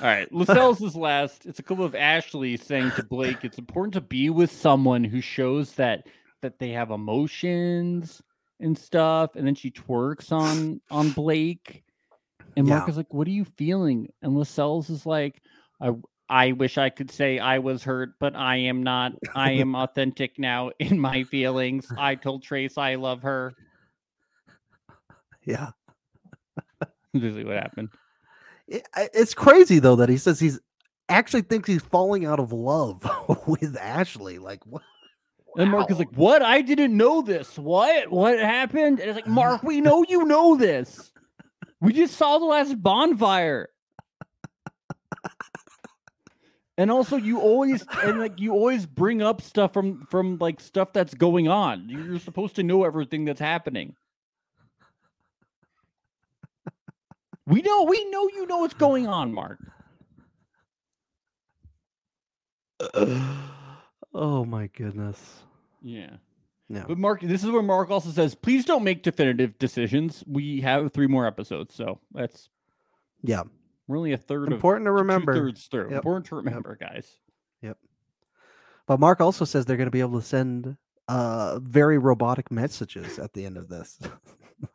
Speaker 1: All right, Lascelles is last. It's a clip of Ashley saying to Blake, "It's important to be with someone who shows that that they have emotions and stuff." And then she twerks on on Blake, and
Speaker 2: Yeah.
Speaker 1: Mark is like, "What are you feeling?" And Lascelles is like, "I I wish I could say I was hurt, but I am not. I am authentic now in my feelings. I told Trace I love her." [LAUGHS]
Speaker 2: Yeah.
Speaker 1: Basically, what happened?
Speaker 2: It, I- it's crazy though that he says he's actually thinks he's falling out of love [LAUGHS] with Ashley. Like what?
Speaker 1: And Mark is like, "What? I didn't know this. What? What happened?" And it's like, "Mark, we know you know this. We just saw the last bonfire." And also, you always and like you always bring up stuff from from like stuff that's going on. You're supposed to know everything that's happening. We know, we know, you know what's going on, Mark.
Speaker 2: [SIGHS] oh my goodness.
Speaker 1: Yeah.
Speaker 2: No.
Speaker 1: But Mark, this is where Mark also says, please don't make definitive decisions. We have three more episodes, so that's
Speaker 2: Yeah.
Speaker 1: we're only a third
Speaker 2: Important to
Speaker 1: of
Speaker 2: remember.
Speaker 1: thirds through.
Speaker 2: Yep.
Speaker 1: Important to remember, guys.
Speaker 2: But Mark also says they're going to be able to send uh very robotic messages at the end of this. [LAUGHS]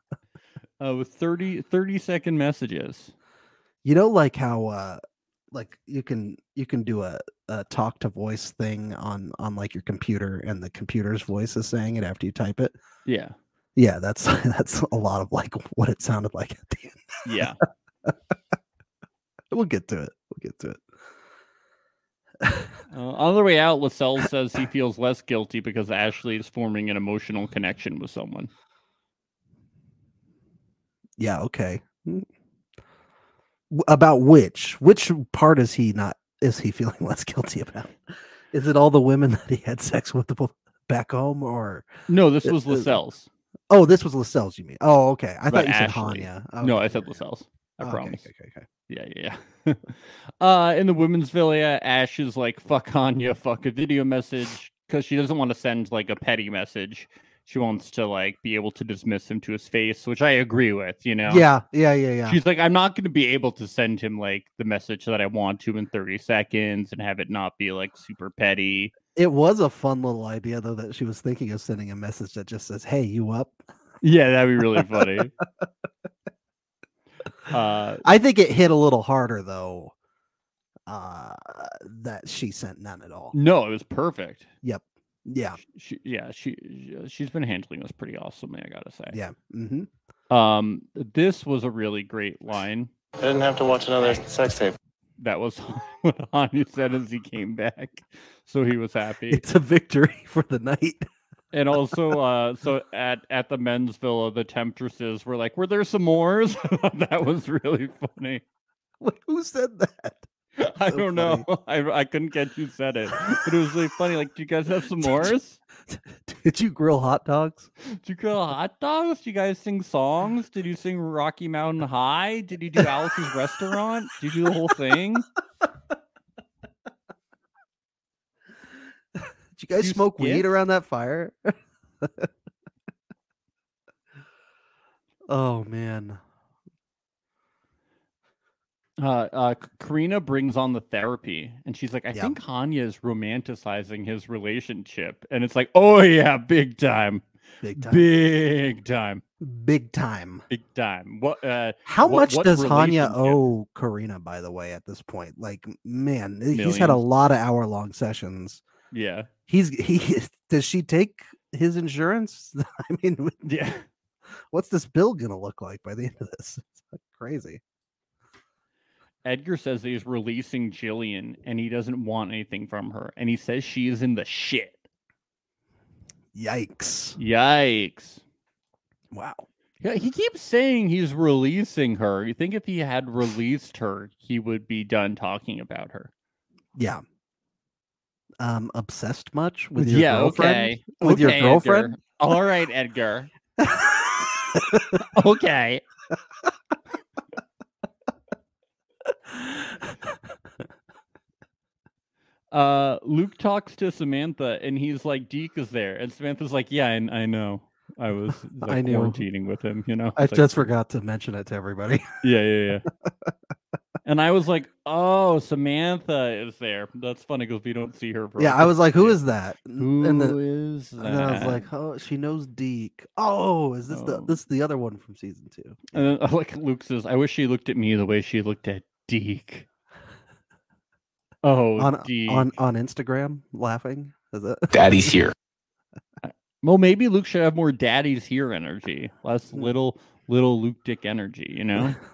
Speaker 1: Uh, with 30, 30 second messages.
Speaker 2: you know like how uh like you can you can do a, a talk to voice thing on on like your computer and the computer's voice is saying it after you type it
Speaker 1: Yeah,
Speaker 2: yeah that's [LAUGHS] that's a lot of like what it sounded like at the end
Speaker 1: yeah.
Speaker 2: we'll get to it we'll get to it
Speaker 1: uh, on the way out, Lascelles says he feels less guilty because Ashley is forming an emotional connection with someone.
Speaker 2: yeah okay Mm. W- about which which part is he not is he [LAUGHS] feeling less guilty about is it all the women that he had sex with b- back home or
Speaker 1: No, this
Speaker 2: Uh,
Speaker 1: was
Speaker 2: uh,
Speaker 1: Lascelles.
Speaker 2: oh this was lascelles you mean oh okay i
Speaker 1: But
Speaker 2: thought you said
Speaker 1: Ashley.
Speaker 2: hanya
Speaker 1: No,
Speaker 2: Oh, Okay,
Speaker 1: I said
Speaker 2: okay.
Speaker 1: Lascelles. I
Speaker 2: Okay,
Speaker 1: promise.
Speaker 2: okay, okay, okay.
Speaker 1: Yeah, yeah. yeah. [LAUGHS] uh, in the women's villa, Ash is like, "Fuck Anya, fuck a video message," because she doesn't want to send like a petty message. She wants to like be able to dismiss him to his face, which I agree with. You know,
Speaker 2: Yeah, yeah, yeah, yeah.
Speaker 1: She's like, "I'm not going to be able to send him like the message that I want to in 30 seconds and have it not be like super petty."
Speaker 2: it was a fun little idea though that she was thinking of sending a message that just says, "Hey, you up?"
Speaker 1: Yeah, that'd be really funny. uh,
Speaker 2: I think it hit a little harder though. Uh, that she sent none at all.
Speaker 1: no, it was perfect.
Speaker 2: Yeah,
Speaker 1: She, yeah, she she's been handling this pretty awesomely. I gotta say.
Speaker 2: yeah. hmm
Speaker 1: Um, this was a really great line
Speaker 8: I didn't have to watch another sex tape.
Speaker 1: that was [LAUGHS] what Anu said as he came back, so he was happy.
Speaker 2: It's a victory [LAUGHS] for the night.
Speaker 1: And also, uh, so at at the men's villa, the temptresses were like, "Were there some mores?" [LAUGHS] that was really funny.
Speaker 2: Wait, Who said that? [LAUGHS]
Speaker 1: I
Speaker 2: So
Speaker 1: don't know. I I couldn't get who said it, but it was really funny. Like, do you guys have some mores?
Speaker 2: Did you grill hot dogs?
Speaker 1: Do you grill hot dogs? Do you guys sing songs? Did you sing Rocky Mountain High? Did you do Alice's Restaurant? Did you do the whole thing?
Speaker 2: Did you guys
Speaker 1: You
Speaker 2: smoke weed
Speaker 1: skip?
Speaker 2: around that fire? [LAUGHS] oh man.
Speaker 1: uh, uh K- Karina brings on the therapy and she's like, I
Speaker 2: Yeah.
Speaker 1: think Hanya is romanticizing his relationship. And it's like, oh yeah, big time.
Speaker 2: Big time. Big,
Speaker 1: Big time.
Speaker 2: time.
Speaker 1: Big time. What uh
Speaker 2: How
Speaker 1: What-
Speaker 2: much
Speaker 1: what
Speaker 2: does Hanya
Speaker 1: relationship?
Speaker 2: owe Karina, by the way, at this point? Like, man, he's had a
Speaker 1: Millions.
Speaker 2: lot of hour long sessions.
Speaker 1: yeah.
Speaker 2: He's [LAUGHS] he does she take his insurance? [LAUGHS] I mean,
Speaker 1: Yeah. [LAUGHS]
Speaker 2: what's this bill gonna look like by the end of this? [LAUGHS] It's like crazy.
Speaker 1: Edgar says that he's releasing Jillian and he doesn't want anything from her. And he says she is in the shit.
Speaker 2: Yikes.
Speaker 1: Yikes.
Speaker 2: Wow.
Speaker 1: Yeah, [LAUGHS] he keeps saying he's releasing her. You think if he had released her, he would be done talking about her.
Speaker 2: Yeah. Um, obsessed much with your
Speaker 1: yeah,
Speaker 2: girlfriend?
Speaker 1: okay.
Speaker 2: With your
Speaker 1: Okay, Edgar.
Speaker 2: girlfriend?
Speaker 1: All right, Edgar. [LAUGHS] okay. Uh, Luke talks to Samantha, and he's like, "Deke is there," and Samantha's like, "Yeah, I, I know. I
Speaker 2: [LAUGHS]
Speaker 1: was like,
Speaker 2: I knew.
Speaker 1: quarantining with him, you know."
Speaker 2: [LAUGHS] I
Speaker 1: It's like,
Speaker 2: just forgot to mention it to everybody.
Speaker 1: yeah, yeah, yeah. And I was like, oh, Samantha is there. That's funny because we don't see her. For
Speaker 2: [LAUGHS] Yeah, I was like, who is that?
Speaker 1: Who is
Speaker 2: N- and, then,
Speaker 1: that?
Speaker 2: and then I was like, oh, she knows Deke. Oh, is this the
Speaker 1: Oh.
Speaker 2: this is the other one from season two?
Speaker 1: And then, [LAUGHS] like Luke says, I wish she looked at me the way she looked at
Speaker 2: [LAUGHS]
Speaker 1: Deke. Oh,
Speaker 2: on
Speaker 1: Deke.
Speaker 2: on on Instagram, laughing. Is it?
Speaker 9: Daddy's here.
Speaker 1: well, maybe Luke should have more daddy's here energy, less little little Luke Dick energy. You
Speaker 2: [LAUGHS]
Speaker 1: know,
Speaker 2: [LAUGHS]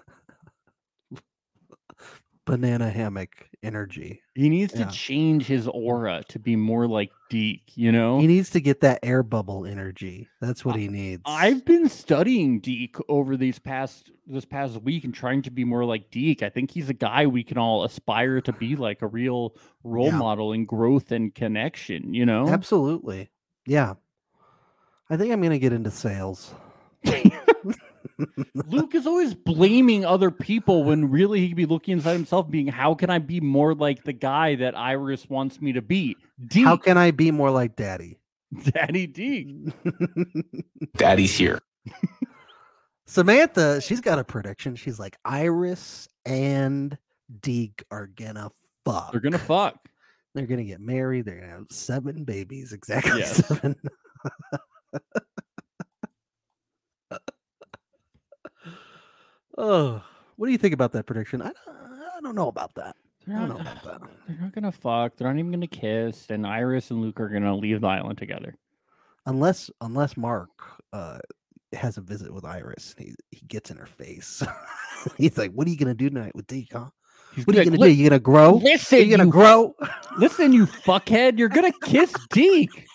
Speaker 2: Banana hammock energy.
Speaker 1: he needs to
Speaker 2: Yeah.
Speaker 1: change his aura to be more like Deke. You know,
Speaker 2: He needs to get that air bubble energy. That's what he needs.
Speaker 1: I've been studying Deke over these past this past week and trying to be more like Deke. I think he's a guy we can all aspire to be like a real role
Speaker 2: Yeah.
Speaker 1: model in growth and connection. You know,
Speaker 2: absolutely. Yeah, I think I'm gonna get into sales.
Speaker 1: Luke is always blaming other people when really he could be looking inside himself, being, "How can I be more like the guy that Iris wants me to be?" Deke,
Speaker 2: How can I be more like Daddy? [LAUGHS]
Speaker 1: Daddy Deke.
Speaker 9: Daddy's here.
Speaker 2: Samantha, she's got a prediction. She's like, Iris and Deke are gonna fuck.
Speaker 1: They're gonna fuck.
Speaker 2: They're gonna get married. They're gonna have seven babies. Exactly [LAUGHS]
Speaker 1: Yes.
Speaker 2: seven. oh, what do you think about that prediction? I don't, I don't know about that.
Speaker 1: They're
Speaker 2: I don't know
Speaker 1: not-
Speaker 2: about that.
Speaker 1: They're not gonna fuck. They're not even gonna kiss. And Iris and Luke are gonna leave the island together.
Speaker 2: Unless unless Mark uh, has a visit with Iris, and he he gets in her face. [LAUGHS] He's like, "What are you gonna do tonight with Deke? Huh?
Speaker 1: He's
Speaker 2: What are you gonna
Speaker 1: be
Speaker 2: do?
Speaker 1: like,
Speaker 2: You gonna grow?
Speaker 1: "Li-
Speaker 2: Are
Speaker 1: Listen,
Speaker 2: you gonna
Speaker 1: you-
Speaker 2: grow?" [LAUGHS]
Speaker 1: listen, you fuckhead. You're gonna kiss Deke.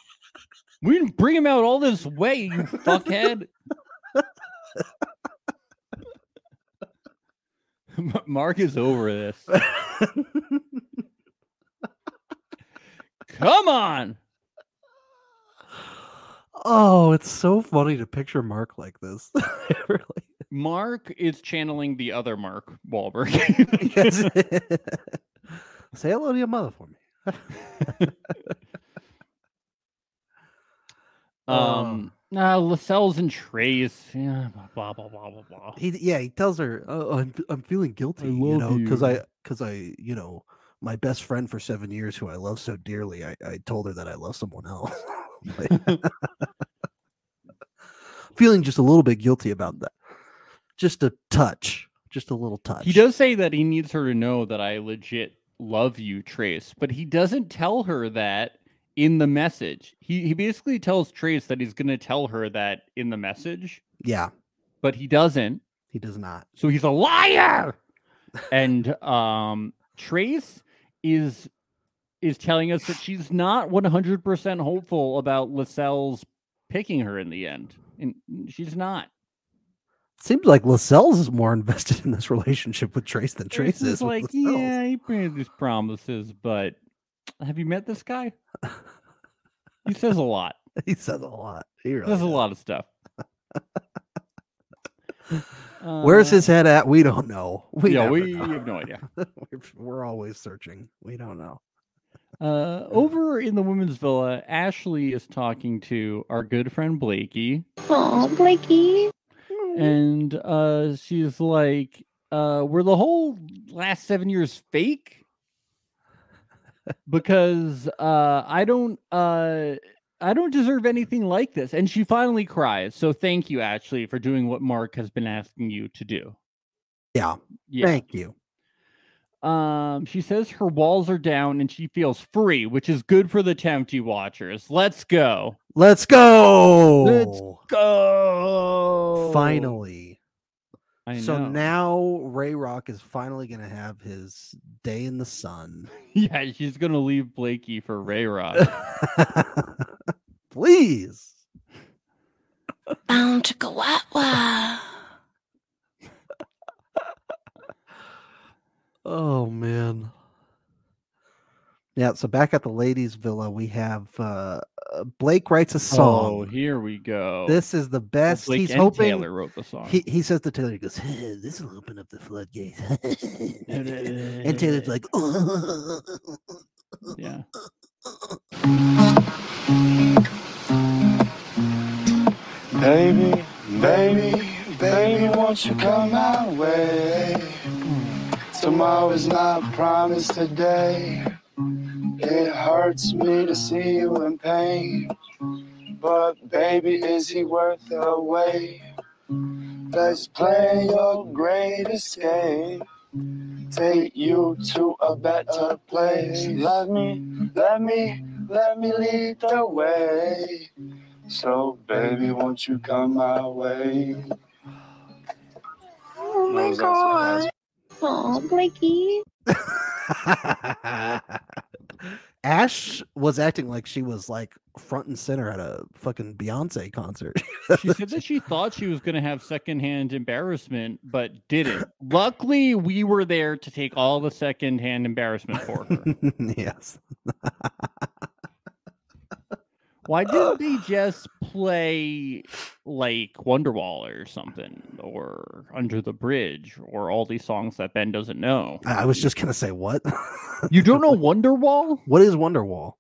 Speaker 1: We didn't bring him out all this way, you
Speaker 2: [LAUGHS]
Speaker 1: fuckhead. M- Mark is over this. Come on.
Speaker 2: oh, it's so funny to picture Mark like this. [LAUGHS] It really
Speaker 1: Mark is channeling the other Mark Wahlberg. [LAUGHS]
Speaker 2: is. [LAUGHS] Say hello to your mother for me.
Speaker 1: um, nah, Lascelles and Trace. Yeah, blah blah blah blah blah.
Speaker 2: He yeah, he tells her, "Oh, I'm I'm feeling guilty, you
Speaker 1: love
Speaker 2: know, because
Speaker 1: you."
Speaker 2: I because I you know my best friend for seven years who I love so dearly, I I told her that I love someone else." [LAUGHS] Like, [LAUGHS] feeling just a little bit guilty about that. Just a touch, just a little touch.
Speaker 1: He does say that he needs her to know that I legit love you, Trace, but he doesn't tell her that in the message. He he basically tells Trace that he's gonna tell her that in the message,
Speaker 2: Yeah,
Speaker 1: but he doesn't.
Speaker 2: he does not.
Speaker 1: So he's a [LAUGHS] liar. and um Trace is is telling us that she's not 100% hopeful about Lascelles picking her in the end. And she's not.
Speaker 2: Seems like Lascelles is more [LAUGHS] invested in this relationship with Trace than Trace,
Speaker 1: is
Speaker 2: is with
Speaker 1: like,
Speaker 2: Lascelles.
Speaker 1: yeah, he made these promises, but have you met this guy? He says a
Speaker 2: [LAUGHS]
Speaker 1: lot.
Speaker 2: [LAUGHS] he says a lot. He really
Speaker 1: There's a
Speaker 2: does.
Speaker 1: lot of
Speaker 2: [LAUGHS]
Speaker 1: stuff.
Speaker 2: Where's
Speaker 1: Uh,
Speaker 2: his head at? We don't know. We
Speaker 1: yeah,
Speaker 2: never
Speaker 1: we
Speaker 2: know.
Speaker 1: have no idea.
Speaker 2: [LAUGHS] we're, we're always searching. We don't know.
Speaker 1: Uh, over in the women's villa, Ashley is talking to our good friend Blakey,
Speaker 3: Oh, Blakey.
Speaker 1: and uh, she's like, uh, "Were the whole last seven years fake?" Because uh, I don't, uh, I don't deserve anything like this. And she finally cries. So thank you, Ashley, for doing what Mark has been asking you to do.
Speaker 2: Yeah.
Speaker 1: Yeah.
Speaker 2: Thank you.
Speaker 1: Um, she says her walls are down and she feels free, which is good for the Tempty Watchers. Let's go.
Speaker 2: Let's go.
Speaker 1: Go.
Speaker 2: Finally.
Speaker 1: I
Speaker 2: So
Speaker 1: know.
Speaker 2: now Ray Rock is finally going to have his day in the sun.
Speaker 1: [LAUGHS] yeah, she's gonna leave Blakey for Ray Rock.
Speaker 2: [LAUGHS] Please.
Speaker 3: Bound to Kawawa.
Speaker 2: Oh, man. Yeah, so back at the ladies' villa, we have uh, uh, Blake writes a
Speaker 1: oh,
Speaker 2: song.
Speaker 1: here we go.
Speaker 2: this is the
Speaker 1: Well,
Speaker 2: best.
Speaker 1: Blake
Speaker 2: He's
Speaker 1: and
Speaker 2: hoping
Speaker 1: Taylor wrote the song.
Speaker 2: He, he says to Taylor, he goes, This will open up the floodgates.
Speaker 1: [LAUGHS]
Speaker 2: and Taylor's like, [LAUGHS]
Speaker 1: yeah.
Speaker 8: Baby, baby, baby, won't you come my way? Tomorrow Tomorrow's not promised today. It hurts me to see you in pain. But baby, is he worth the wait? Let's play your greatest game. Take you to a better place. Let me, let me, let me lead the way. So baby, won't you come my way?
Speaker 3: Oh
Speaker 8: That
Speaker 3: my
Speaker 8: was awesome.
Speaker 3: god. Oh, Blakey.
Speaker 2: Ash was acting like she was like front and center at a fucking Beyonce concert. [LAUGHS]
Speaker 1: She said that she thought she was going to have secondhand embarrassment, but didn't. Luckily, we were there to take all the secondhand embarrassment for her.
Speaker 2: yes.
Speaker 1: Why didn't they just play like Wonderwall or something, or Under the Bridge, or all these songs that Ben doesn't know?
Speaker 2: I I was just gonna say what? [LAUGHS]
Speaker 1: You don't know Wonderwall?
Speaker 2: what is Wonderwall?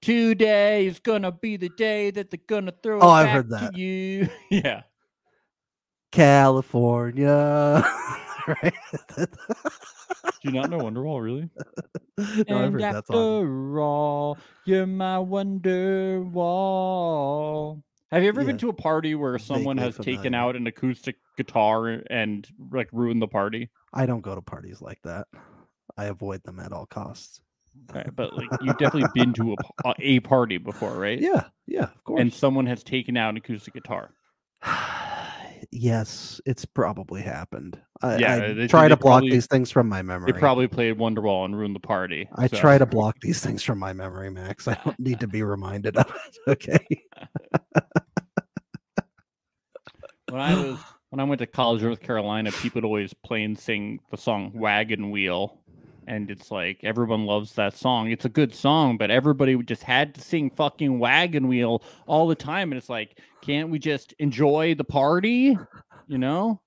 Speaker 1: Today is gonna be the day that they're gonna throw.
Speaker 2: Oh,
Speaker 1: it
Speaker 2: I've
Speaker 1: back
Speaker 2: heard
Speaker 1: to
Speaker 2: that.
Speaker 1: You, [LAUGHS] yeah.
Speaker 2: California. [LAUGHS] right?
Speaker 1: Do you not know Wonderwall, really?
Speaker 2: [LAUGHS] no, I've
Speaker 1: and
Speaker 2: heard that
Speaker 1: after
Speaker 2: song.
Speaker 1: all, you're my Wonderwall. Have you ever
Speaker 2: Yeah.
Speaker 1: been to a party where someone
Speaker 2: Vaguely
Speaker 1: has taken
Speaker 2: familiar.
Speaker 1: out an acoustic guitar and like ruined the
Speaker 2: [LAUGHS]
Speaker 1: party?
Speaker 2: I don't go to parties like that. I avoid them at all costs.
Speaker 1: Right, but like you've definitely been to a, pa- a party before, right?
Speaker 2: Yeah, yeah, of course.
Speaker 1: And someone has taken out an acoustic guitar.
Speaker 2: [SIGHS] yes, it's probably happened. I,
Speaker 1: Yeah,
Speaker 2: I
Speaker 1: they-
Speaker 2: try
Speaker 1: they
Speaker 2: to block
Speaker 1: probably-
Speaker 2: these things from my memory.
Speaker 1: They probably played Wonderwall and ruined the party.
Speaker 2: I
Speaker 1: so-
Speaker 2: try to block these things from my memory, Max. I don't need to be reminded of it. [LAUGHS] Okay.
Speaker 1: When I was when I went to college in North Carolina, people would always play and sing the song "Wagon Wheel," and it's like everyone loves that song. It's a good song, but everybody would just had to sing "Fucking Wagon Wheel" all the time, and it's like, can't we just enjoy the party? You know.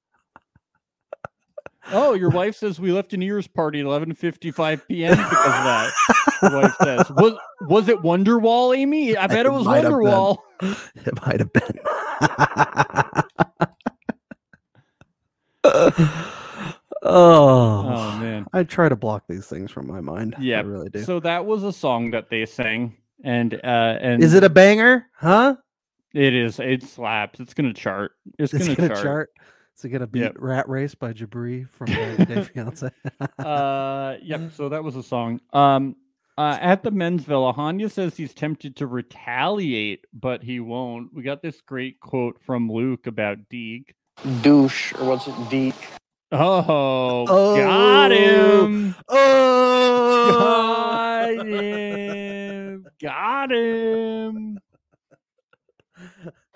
Speaker 1: Oh, your wife says we left a New Year's party at eleven fifty five p.m. because of that. Your wife says, "Was was it Wonderwall, Amy? I bet it
Speaker 2: It
Speaker 1: was
Speaker 2: might have been.
Speaker 1: Wonderwall."
Speaker 2: It might have [LAUGHS] been.
Speaker 1: Um,
Speaker 2: oh,
Speaker 1: Oh man.
Speaker 2: I try to block these things from my mind. I
Speaker 1: Yep.
Speaker 2: really do.
Speaker 1: So that was a song that they sang, and uh, and
Speaker 2: Is it a banger? Huh?
Speaker 1: It is. It slaps. It's gonna chart. It's,
Speaker 2: Is
Speaker 1: gonna,
Speaker 2: it gonna
Speaker 1: chart. [LAUGHS]
Speaker 2: chart? Is it gonna beat
Speaker 1: Yep.
Speaker 2: Rat Race by Jabri
Speaker 1: [LAUGHS]
Speaker 2: from 90 Day Fiance?
Speaker 1: Uh, yep. So that was a song. Um, uh, at the men's villa, Hanya says he's tempted to retaliate, but he won't. We got this great quote from Luke about Deeg.
Speaker 5: Douche, or what's it, deep?
Speaker 1: Oh, got
Speaker 2: Oh.
Speaker 1: him.
Speaker 2: [LAUGHS] oh,
Speaker 1: Got him. Got him.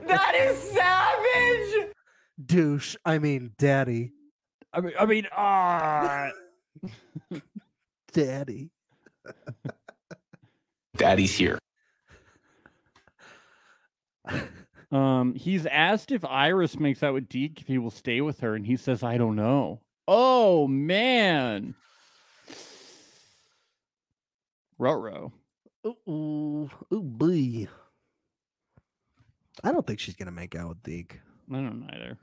Speaker 3: That is savage.
Speaker 2: douche! I mean, daddy,
Speaker 1: I mean, I mean, ah.
Speaker 2: daddy.
Speaker 9: Daddy's here.
Speaker 1: Um, he's asked if Iris makes out with Deke if he will stay with her, and he says, "I don't know." Oh man, Rutro.
Speaker 2: Ooh, ooh, boy. I don't think she's gonna make out with Deke.
Speaker 1: I don't know either.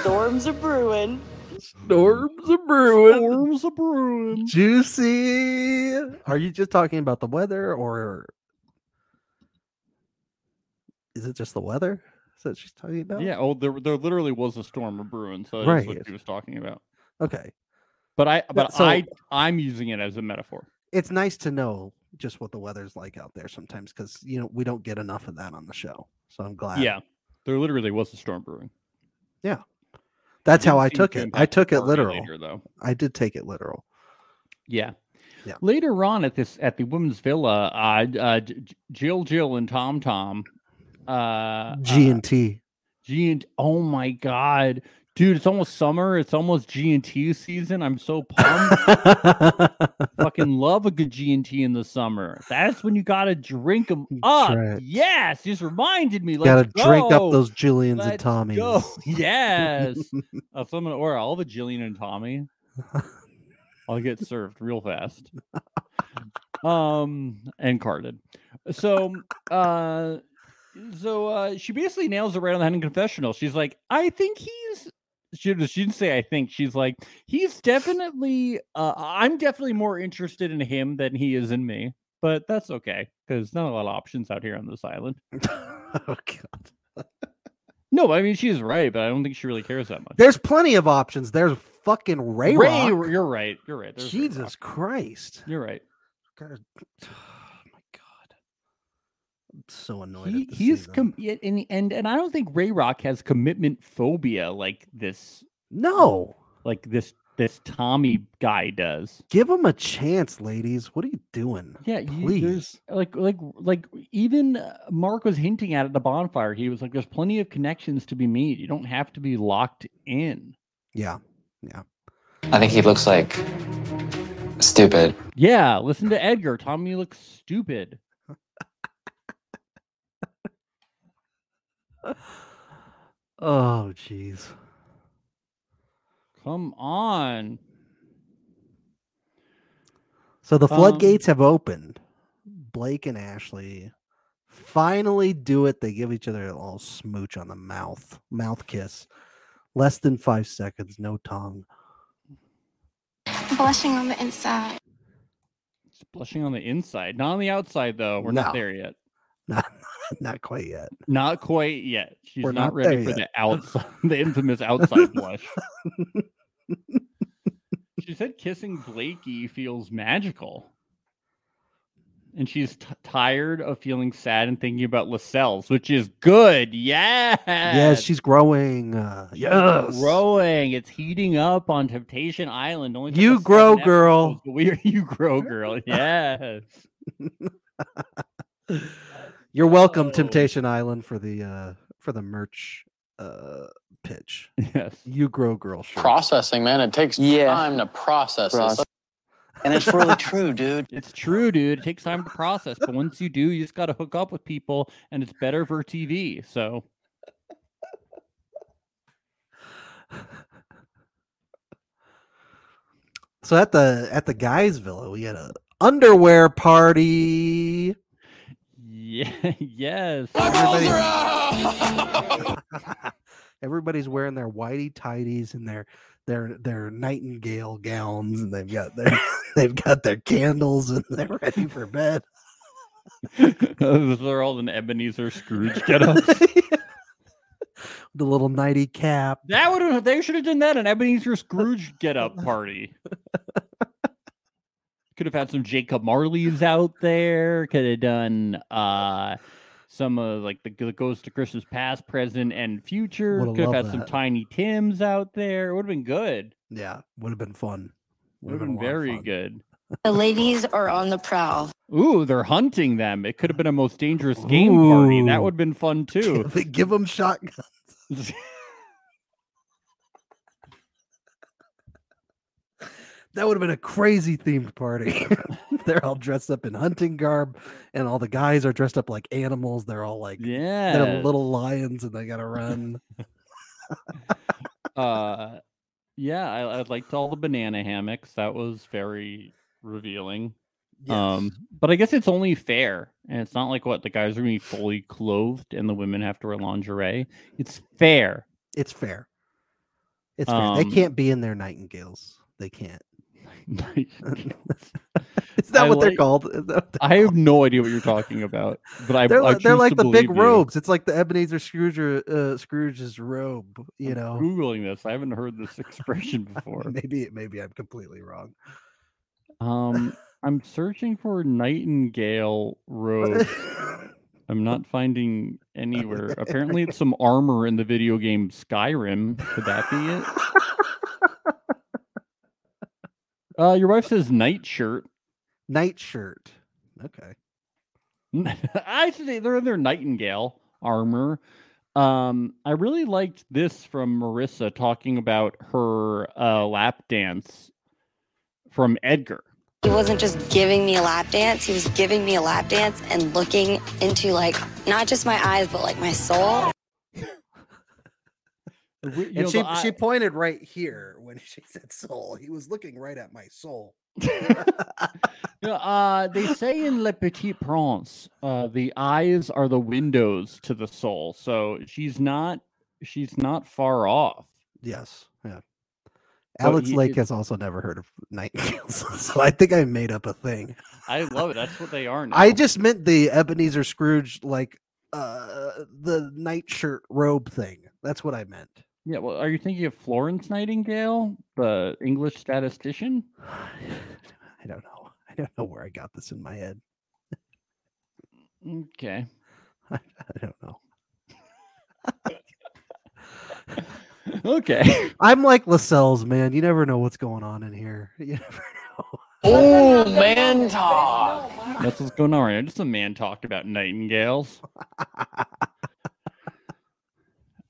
Speaker 10: Storms are brewing.
Speaker 2: Storms are
Speaker 1: Storms a brewing.
Speaker 2: Juicy. Are you just talking about the weather, or is it just the weather? Is that she's talking about?
Speaker 1: Yeah. Oh, there, there literally was a storm a brewing, so that's
Speaker 2: Right.
Speaker 1: what she was talking about.
Speaker 2: Okay.
Speaker 1: But I, but
Speaker 2: so-
Speaker 1: I, I'm using it as a metaphor.
Speaker 2: It's nice to know just what the weather's like out there sometimes because you know we don't get enough of that on the show. So I'm glad.
Speaker 1: Yeah. There literally was a storm brewing.
Speaker 2: That's how
Speaker 1: Didn't
Speaker 2: I
Speaker 1: seem
Speaker 2: took
Speaker 1: to
Speaker 2: it. I
Speaker 1: impact the
Speaker 2: took it
Speaker 1: party
Speaker 2: literal.
Speaker 1: Later, though.
Speaker 2: I did take it literal.
Speaker 1: Yeah.
Speaker 2: Yeah.
Speaker 1: Later on at this at the women's villa, uh, uh J- J- Jill, Jill, and Tom Tom, uh,
Speaker 2: G
Speaker 1: uh,
Speaker 2: and T. [LAUGHS]
Speaker 1: G and oh my god, dude, it's almost summer. It's almost G and T season. I'm so pumped. Fucking
Speaker 2: [LAUGHS]
Speaker 1: love a good G and T in the summer. That's when you gotta drink them
Speaker 2: That's
Speaker 1: up.
Speaker 2: right.
Speaker 1: Yes, just reminded me.
Speaker 2: Gotta
Speaker 1: Let's
Speaker 2: drink up
Speaker 1: go.
Speaker 2: those Julians and
Speaker 1: Let's
Speaker 2: Tommies.
Speaker 1: go. Yes, uh, so I'm gonna order all the Jillian and Tommy. I'll get served real fast. Um and carded. So uh so uh she basically nails it right on the head in confessional. She's like, I think he's she, she didn't say I think she's like he's definitely uh, I'm definitely more interested in him than he is in me, but that's okay because not a lot of options out here on this island.
Speaker 2: [LAUGHS] oh god.
Speaker 1: No, I mean she's right, but I don't think she really cares that much.
Speaker 2: There's plenty of options. There's fucking Ray,
Speaker 1: Ray,
Speaker 2: Rock.
Speaker 1: you're right. You're right. there's Ray
Speaker 2: Jesus
Speaker 1: Rock.
Speaker 2: Christ.
Speaker 1: you're right.
Speaker 2: Gotta- [SIGHS] Oh my god. I'm so annoyed.
Speaker 1: He,
Speaker 2: at this
Speaker 1: he's
Speaker 2: season.
Speaker 1: com- yeah, and, and and I don't think Ray Rock has commitment phobia like this
Speaker 2: No.
Speaker 1: like this this Tommy guy does.
Speaker 2: Give him a chance, ladies. What are you doing?
Speaker 1: Yeah, you, there's
Speaker 2: Please.
Speaker 1: like like like even uh, Mark was hinting at at the bonfire. He was like, "There's plenty of connections to be made. You don't have to be locked in." [SIGHS]
Speaker 2: Yeah.
Speaker 5: I think he looks like stupid.
Speaker 1: Yeah, listen to Edgar. Tommy looks stupid.
Speaker 2: Oh jeez.
Speaker 1: Come on.
Speaker 2: So the
Speaker 1: Um,
Speaker 2: floodgates have opened. Blake and Ashley finally do it. They give each other a little smooch on the mouth, mouth kiss. Less than five seconds, no tongue. [LAUGHS]
Speaker 3: Blushing on the inside.
Speaker 1: It's blushing on the inside, not on the outside though. We're
Speaker 2: No.
Speaker 1: not there yet.
Speaker 2: Not, not quite yet.
Speaker 1: Not quite yet. She's
Speaker 2: We're
Speaker 1: not,
Speaker 2: not
Speaker 1: ready
Speaker 2: there
Speaker 1: for
Speaker 2: yet.
Speaker 1: the outside, [LAUGHS] the infamous outside
Speaker 2: [LAUGHS]
Speaker 1: blush. she said kissing Blakey feels magical. And she's t- tired of feeling sad and thinking about Lascelles, which is good. Yes.
Speaker 2: Yes, she's growing. Uh, yes.
Speaker 1: Growing. It's heating up on Temptation Island. Only took
Speaker 2: You
Speaker 1: us seven
Speaker 2: grow,
Speaker 1: episodes,
Speaker 2: girl.
Speaker 1: but We [LAUGHS] you grow,
Speaker 2: [LAUGHS]
Speaker 1: girl. Yes.
Speaker 2: [SIGHS] You're welcome,
Speaker 1: Oh.
Speaker 2: Temptation Island, for the uh, for the merch uh, pitch.
Speaker 1: yes.
Speaker 2: You grow, girl. shirts.
Speaker 5: Processing, man. It takes
Speaker 10: Yeah.
Speaker 5: time to process
Speaker 10: Process.
Speaker 5: this. And it's really true, dude.
Speaker 1: It's true, dude. It takes time to process, but once you do, you just got to hook up with people, and it's better for TV. So,
Speaker 2: [LAUGHS] So at the at the guys' villa, we had a underwear party.
Speaker 1: yeah, [LAUGHS] yes.
Speaker 2: Everybody- [LAUGHS] Everybody's wearing their whitey tidies and their their their nightingale gowns, and they've got their [LAUGHS] they've got their candles, and they're ready for bed.
Speaker 1: Those are all an Ebenezer Scrooge get up.
Speaker 2: the little nighty cap.
Speaker 1: [LAUGHS] That would have they should have done that an Ebenezer Scrooge get up [LAUGHS] party. Could have had some Jacob Marley's out there. Could have done uh some of like the, the goes to Christmas past, present, and future.
Speaker 2: Would've
Speaker 1: Could have had
Speaker 2: loved
Speaker 1: some
Speaker 2: that.
Speaker 1: Tiny Tims out there. Would have been good.
Speaker 2: Yeah, would have been fun.
Speaker 1: Would have
Speaker 2: a
Speaker 1: been
Speaker 2: lot of
Speaker 1: very
Speaker 2: fun. [LAUGHS]
Speaker 1: good.
Speaker 10: The ladies are on the prowl.
Speaker 1: Ooh, they're hunting them. It
Speaker 2: [LAUGHS]
Speaker 1: could have been a most dangerous game party. That
Speaker 2: Ooh.
Speaker 1: would have been fun too.
Speaker 2: Give, give them shotgun. [LAUGHS]
Speaker 1: [LAUGHS]
Speaker 2: That would have been a crazy themed party. [LAUGHS] They're all dressed up in hunting garb, and all the guys are dressed up like animals. They're all like
Speaker 1: yeah.
Speaker 2: they're little lions, and they gotta run. [LAUGHS]
Speaker 1: uh yeah I, I liked all the banana hammocks that was very revealing um but i guess it's only fair and it's not like what the guys are gonna be fully clothed and the women have to wear lingerie it's fair [LAUGHS]
Speaker 2: it's fair. It's fair. they
Speaker 1: Um,
Speaker 2: can't be in their nightingales. They can't. [LAUGHS]
Speaker 1: I
Speaker 2: Is that what
Speaker 1: like-
Speaker 2: they're called? Is that what they're
Speaker 1: i have no idea what you're talking about but i
Speaker 2: they're,
Speaker 1: I
Speaker 2: like, they're
Speaker 1: choose
Speaker 2: like
Speaker 1: to
Speaker 2: the big
Speaker 1: believe you.
Speaker 2: robes. It's like the Ebenezer Scrooge, uh, Scrooge's robe. You
Speaker 1: I'm
Speaker 2: know,
Speaker 1: googling this i haven't heard this [LAUGHS] expression
Speaker 2: [LAUGHS]
Speaker 1: before
Speaker 2: maybe maybe I'm completely wrong.
Speaker 1: um i'm searching for nightingale robe I'm not finding anywhere. Apparently,
Speaker 2: [LAUGHS]
Speaker 1: it's some armor in the video game Skyrim. Could that be it? Uh, your wife says nightshirt.
Speaker 2: [LAUGHS]
Speaker 1: [LAUGHS]
Speaker 2: Nightshirt. Okay.
Speaker 1: I say they're in their nightingale armor. Um, I really liked this from Marissa talking about her uh, lap dance from Edgar.
Speaker 10: He wasn't just giving me a lap dance, he was giving me a lap dance and looking into like not just my eyes, but like my soul.
Speaker 1: You know,
Speaker 2: And
Speaker 1: the
Speaker 2: she
Speaker 1: eye-
Speaker 2: she pointed right here when [LAUGHS] she said soul. He was looking right at my soul.
Speaker 1: Yeah, uh, they say in Le Petit Prince, uh, the eyes are the windows to the soul. So she's not she's not far off.
Speaker 2: Yes. Yeah. Alex
Speaker 1: you-
Speaker 2: Lake has also never heard of nightingales, [LAUGHS] so I think I made up a thing.
Speaker 1: I love it. That's what they are now.
Speaker 2: I just meant the Ebenezer Scrooge, like uh, the nightshirt robe thing. That's what I meant. [SIGHS]
Speaker 1: yeah. Well, are you thinking of Florence Nightingale, the English statistician?
Speaker 2: I don't know. I don't know where I got this in my head.
Speaker 1: Okay. [LAUGHS]
Speaker 2: I don't know.
Speaker 1: Okay.
Speaker 2: I'm like Lascelles, man. You never know what's going on in here. [LAUGHS] You never know.
Speaker 3: Oh, man talk.
Speaker 1: That's what's going on right now. Just a man talked about nightingales. [LAUGHS]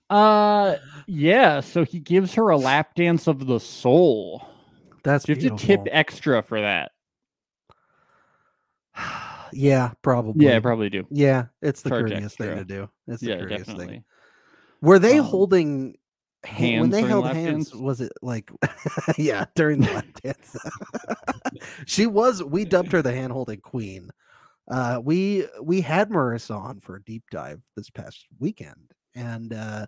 Speaker 1: Uh, yeah. So he gives her a lap dance of the soul.
Speaker 2: That's
Speaker 1: So you have to tip
Speaker 2: beautiful.
Speaker 1: extra for that.
Speaker 2: [SIGHS] yeah, probably.
Speaker 1: Yeah, I probably do.
Speaker 2: Yeah, it's the
Speaker 1: Charge
Speaker 2: courteous thing
Speaker 1: extra.
Speaker 2: to do. It's the
Speaker 1: Yeah,
Speaker 2: courteous
Speaker 1: definitely.
Speaker 2: thing. Were they
Speaker 1: Um,
Speaker 2: holding hands when
Speaker 1: hands
Speaker 2: they
Speaker 1: during
Speaker 2: held
Speaker 1: lap
Speaker 2: hands?
Speaker 1: dance?
Speaker 2: Was it like, [LAUGHS] yeah, during the lap dance? [LAUGHS] she was. We dubbed her the hand holding queen. Uh, we we had Marissa on for a deep dive this past weekend, and uh,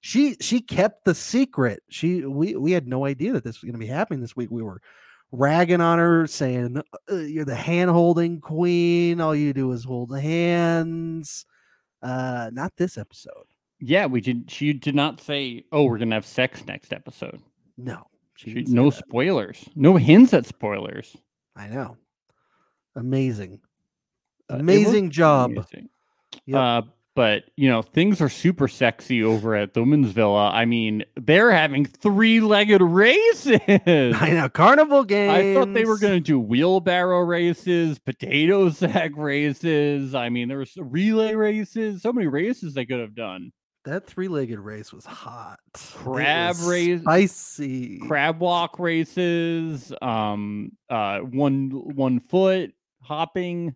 Speaker 2: she she kept the secret. She we we had no idea that this was going to be happening this week. We were ragging on her, saying uh, you're the hand holding queen. All you do is hold hands. Uh, not this episode.
Speaker 1: Yeah, we did. She did not say, "Oh, we're gonna have sex next episode."
Speaker 2: No, she
Speaker 1: She,
Speaker 2: didn't say
Speaker 1: no
Speaker 2: that.
Speaker 1: spoilers. No hints at spoilers.
Speaker 2: I know. Amazing.
Speaker 1: Uh, it was
Speaker 2: Amazing job.
Speaker 1: amazing.
Speaker 2: Yep.
Speaker 1: Uh, but you know, things are super sexy over at the women's villa. I mean, they're having three-legged
Speaker 2: [LAUGHS]
Speaker 1: races.
Speaker 2: [LAUGHS] I know. Carnival games.
Speaker 1: I thought they were going to do wheelbarrow races, potato sack races. I mean, there was relay races, so many races they could have done.
Speaker 2: That three legged race was hot. It
Speaker 1: Crab
Speaker 2: was
Speaker 1: race-
Speaker 2: Spicy.
Speaker 1: Crab walk races, um, uh, one one foot hopping.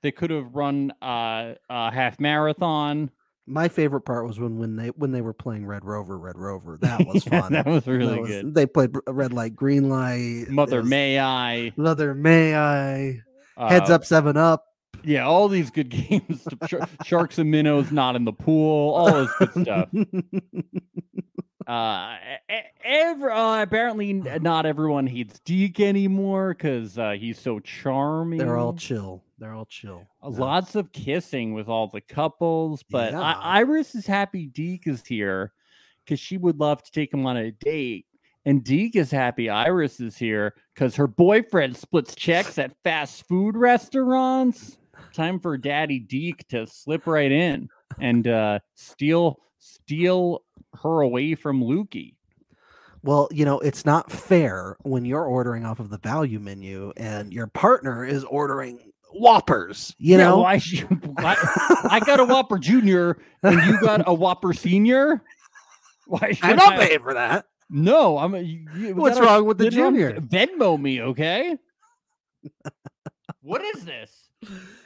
Speaker 1: They could have run uh, a half marathon.
Speaker 2: My favorite part was when, when they when they were playing Red Rover, Red Rover. That
Speaker 1: [LAUGHS]
Speaker 2: was
Speaker 1: Yeah,
Speaker 2: fun.
Speaker 1: that was
Speaker 2: That
Speaker 1: really
Speaker 2: was- [LAUGHS]
Speaker 1: good.
Speaker 2: They played r- Red Light, Green Light.
Speaker 1: Mother
Speaker 2: May.
Speaker 1: May I
Speaker 2: Mother May I.
Speaker 1: uh,
Speaker 2: Heads up, seven up.
Speaker 1: Yeah, all these good [LAUGHS] games. Shar- Sharks and minnows not in the pool. All this good
Speaker 2: [LAUGHS]
Speaker 1: stuff. uh e- ever uh, apparently n- not everyone hates Deke anymore because uh, he's so charming.
Speaker 2: They're all chill. They're all chill.
Speaker 1: Uh,
Speaker 2: Yeah.
Speaker 1: Lots of kissing with all the couples, but I-
Speaker 2: Yeah.
Speaker 1: Iris is happy Deke is here because she would love to take him on a date. And Deke is happy Iris is here because her boyfriend splits checks at fast food restaurants. Time for Daddy Deke to slip right in and uh, steal steal her away from Lukey.
Speaker 2: Well, you know, it's not fair when you're ordering off of the value menu and your partner is ordering Whoppers, you
Speaker 1: Yeah,
Speaker 2: know? [LAUGHS]
Speaker 1: why? She, why I got a Whopper Junior, and you got
Speaker 2: [LAUGHS]
Speaker 1: a Whopper Senior. Why?
Speaker 2: I'm
Speaker 1: shouldn't
Speaker 2: not
Speaker 1: I-
Speaker 2: paying for that.
Speaker 1: No, I'm. a- you- you-
Speaker 2: What's
Speaker 1: gotta
Speaker 2: wrong with the
Speaker 1: sit down,
Speaker 2: junior?
Speaker 1: Venmo me, okay? what is this?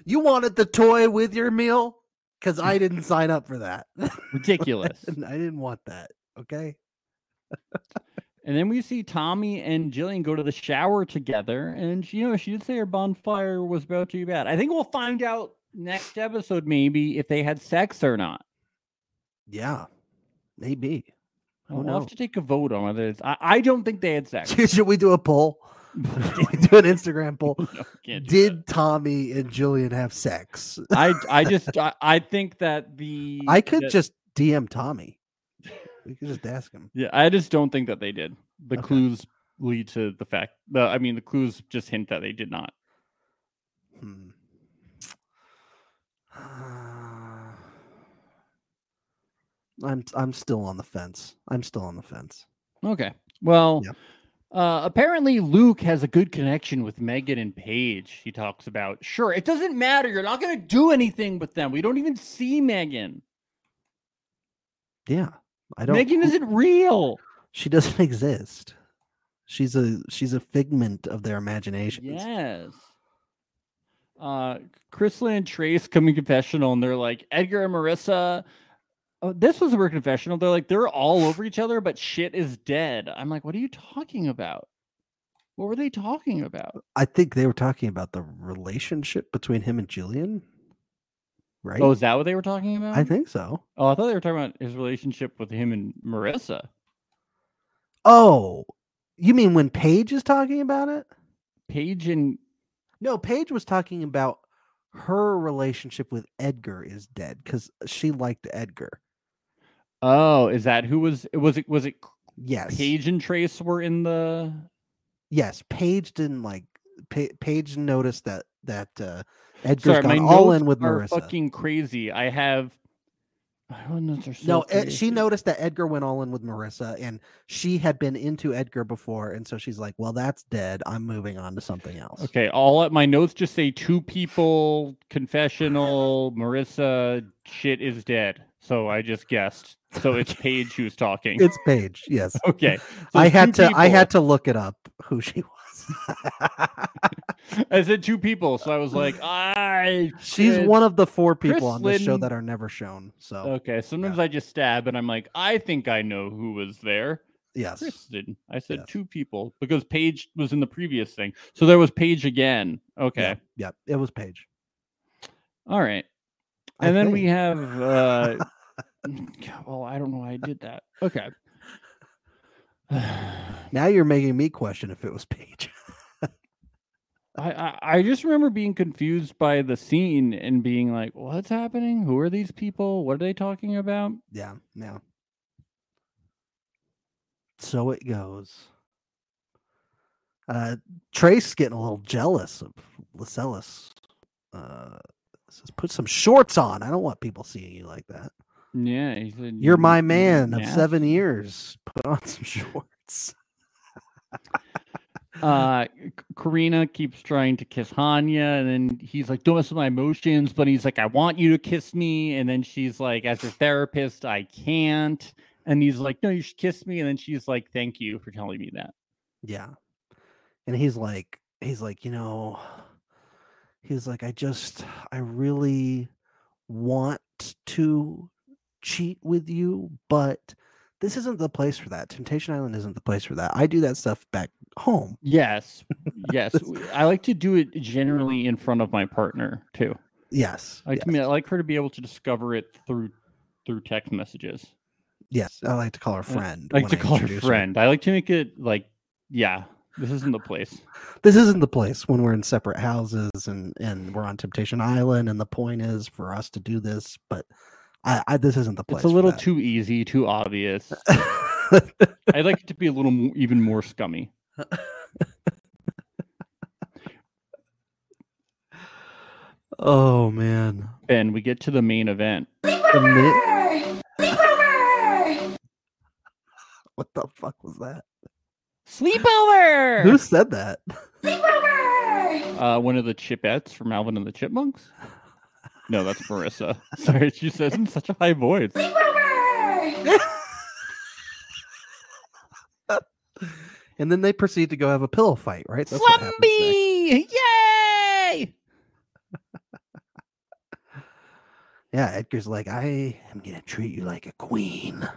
Speaker 2: You wanted the toy with your meal? Because I didn't sign up for that.
Speaker 1: Ridiculous.
Speaker 2: And [LAUGHS] I didn't want that. Okay.
Speaker 1: and then we see Tommy and Jillian go to the shower together, and she, you know she did say her bonfire was about to be bad. I think we'll find out next episode maybe if they had sex or not.
Speaker 2: Yeah. Maybe. Who
Speaker 1: We'll have
Speaker 2: knows? [LAUGHS]
Speaker 1: to take a vote on whether it's. I, I don't think they had sex. [LAUGHS]
Speaker 2: Should we do a poll? Should we do an Instagram poll?
Speaker 1: No, can't do that.
Speaker 2: Did Tommy and Jillian have sex?
Speaker 1: I I just I, I think that the
Speaker 2: I could
Speaker 1: that-
Speaker 2: just DM Tommy. We could just ask him.
Speaker 1: yeah I just don't think that they did. The
Speaker 2: Okay.
Speaker 1: clues lead to the fact. The I mean the clues just hint that they did not.
Speaker 2: Hmm. [SIGHS] Uh, I'm I'm still on the fence. I'm still on the fence.
Speaker 1: Okay. Well,
Speaker 2: Yep.
Speaker 1: uh, apparently Luke has a good connection with Megan and Paige. He talks about sure it doesn't matter. You're not going to do anything with them. We don't even see Megan.
Speaker 2: Yeah, I don't.
Speaker 1: Megan isn't real.
Speaker 2: [LAUGHS] She doesn't exist. She's a she's a figment of their imaginations.
Speaker 1: Yes. Uh, Chrislyn and Trace come in confessional, and they're like, Edgar and Marissa. Oh, this was her confessional. They're like, they're all over each other, but shit is dead. I'm like, what are you talking about? What were they talking about?
Speaker 2: I think they were talking about the relationship between him and Jillian. right?
Speaker 1: Oh, is that what they were talking about?
Speaker 2: I think so.
Speaker 1: Oh, I thought they were talking about his relationship with him and Marissa.
Speaker 2: Oh, you mean when Paige is talking about it?
Speaker 1: Paige and
Speaker 2: No, Paige was talking about her relationship with Edgar is dead because she liked Edgar.
Speaker 1: oh, is that who was was it was it
Speaker 2: Yes.
Speaker 1: Paige and Trace were in the
Speaker 2: Yes, Paige didn't like. Pa- Paige noticed that that uh, Edgar's
Speaker 1: my
Speaker 2: gone all
Speaker 1: notes
Speaker 2: in with
Speaker 1: are
Speaker 2: Marissa.
Speaker 1: Fucking crazy. I have. My notes are so
Speaker 2: no, Ed,
Speaker 1: crazy.
Speaker 2: she noticed that Edgar went all in with Marissa, and she had been into Edgar before, and so she's like, "Well, that's dead. I'm moving on to something else."
Speaker 1: Okay, all at my notes just say two people confessional. Marissa shit is dead. So I just guessed. So it's Paige who's talking.
Speaker 2: It's Paige. Yes,
Speaker 1: [LAUGHS] okay. so
Speaker 2: I
Speaker 1: it's
Speaker 2: had
Speaker 1: two
Speaker 2: to. I had
Speaker 1: people.
Speaker 2: to look it up who she [LAUGHS] was.
Speaker 1: I said two people, so I was
Speaker 2: [LAUGHS]
Speaker 1: like, I.
Speaker 2: she's
Speaker 1: could-
Speaker 2: one of the four people
Speaker 1: Chris
Speaker 2: on this show
Speaker 1: Lynn- Oh,
Speaker 2: that are never shown. So
Speaker 1: Okay, sometimes I just stab and I'm like, I think I know who was there.
Speaker 2: yes,
Speaker 1: Kristen. I said
Speaker 2: Yes.
Speaker 1: two people because Paige was in the previous thing. So there was Paige again. Okay.
Speaker 2: yeah, yeah, it was Paige.
Speaker 1: All right.
Speaker 2: I
Speaker 1: And then we
Speaker 2: think.
Speaker 1: have
Speaker 2: [LAUGHS]
Speaker 1: uh God, well, I don't know why I did that. Okay. [SIGHS] I,
Speaker 2: Now you're making me question if it was [LAUGHS] Paige.
Speaker 1: I I just remember being confused by the scene and being like, what's happening? Who are these people? What are they talking about?
Speaker 2: Yeah, yeah. So it goes. Uh Trace getting a little jealous of Lascelles. Uh says, put some shorts on. I don't want people seeing you like that.
Speaker 1: Yeah, he said,
Speaker 2: You're my
Speaker 1: "You
Speaker 2: man of
Speaker 1: nasty."
Speaker 2: seven years. Put on some [LAUGHS] shorts. Uh-huh.
Speaker 1: uh K- Karina keeps trying to kiss Hanya, and then he's like, "Don't mess with my emotions." But he's like, "I want you to kiss me," and then she's like, "As your therapist, I can't." And he's like, "No, you should kiss me," and then she's like, "Thank you for telling me that."
Speaker 2: Yeah. And he's like, he's like, you know, he's like, I just, I really want to cheat with you, but this isn't the place for that. Temptation Island isn't the place for that. I do that stuff back home.
Speaker 1: Yes,
Speaker 2: [LAUGHS]
Speaker 1: yes, I like to do it generally in front of my partner too.
Speaker 2: Yes.
Speaker 1: I like, to me, I like her to be able to discover it through through text messages.
Speaker 2: Yes. I like to call her
Speaker 1: I
Speaker 2: friend.
Speaker 1: I like
Speaker 2: when
Speaker 1: to call her
Speaker 2: introduce
Speaker 1: friend. I like to make it like, yeah, this isn't the place.
Speaker 2: This isn't the place when we're in separate houses and and we're on Temptation Island and the point is for us to do this, but I, I this isn't the place.
Speaker 1: It's a
Speaker 2: for
Speaker 1: little
Speaker 2: that.
Speaker 1: too easy, too obvious.
Speaker 2: [LAUGHS]
Speaker 1: I'd like it to be a little mo- even more scummy.
Speaker 2: oh man.
Speaker 1: Ben, we get to the main event.
Speaker 2: The minute- [LAUGHS] What the fuck was that?
Speaker 1: Sleepover.
Speaker 2: Who said that?
Speaker 1: Uh, one of the Chipettes from Alvin and the Chipmunks. No, that's Marissa. [LAUGHS] Sorry, she says in such a high voice.
Speaker 2: and then they proceed to go have a pillow fight, right? That's what happens next.
Speaker 1: Slumpy! Yay!
Speaker 2: Yeah, Edgar's like, I am gonna treat you like a queen.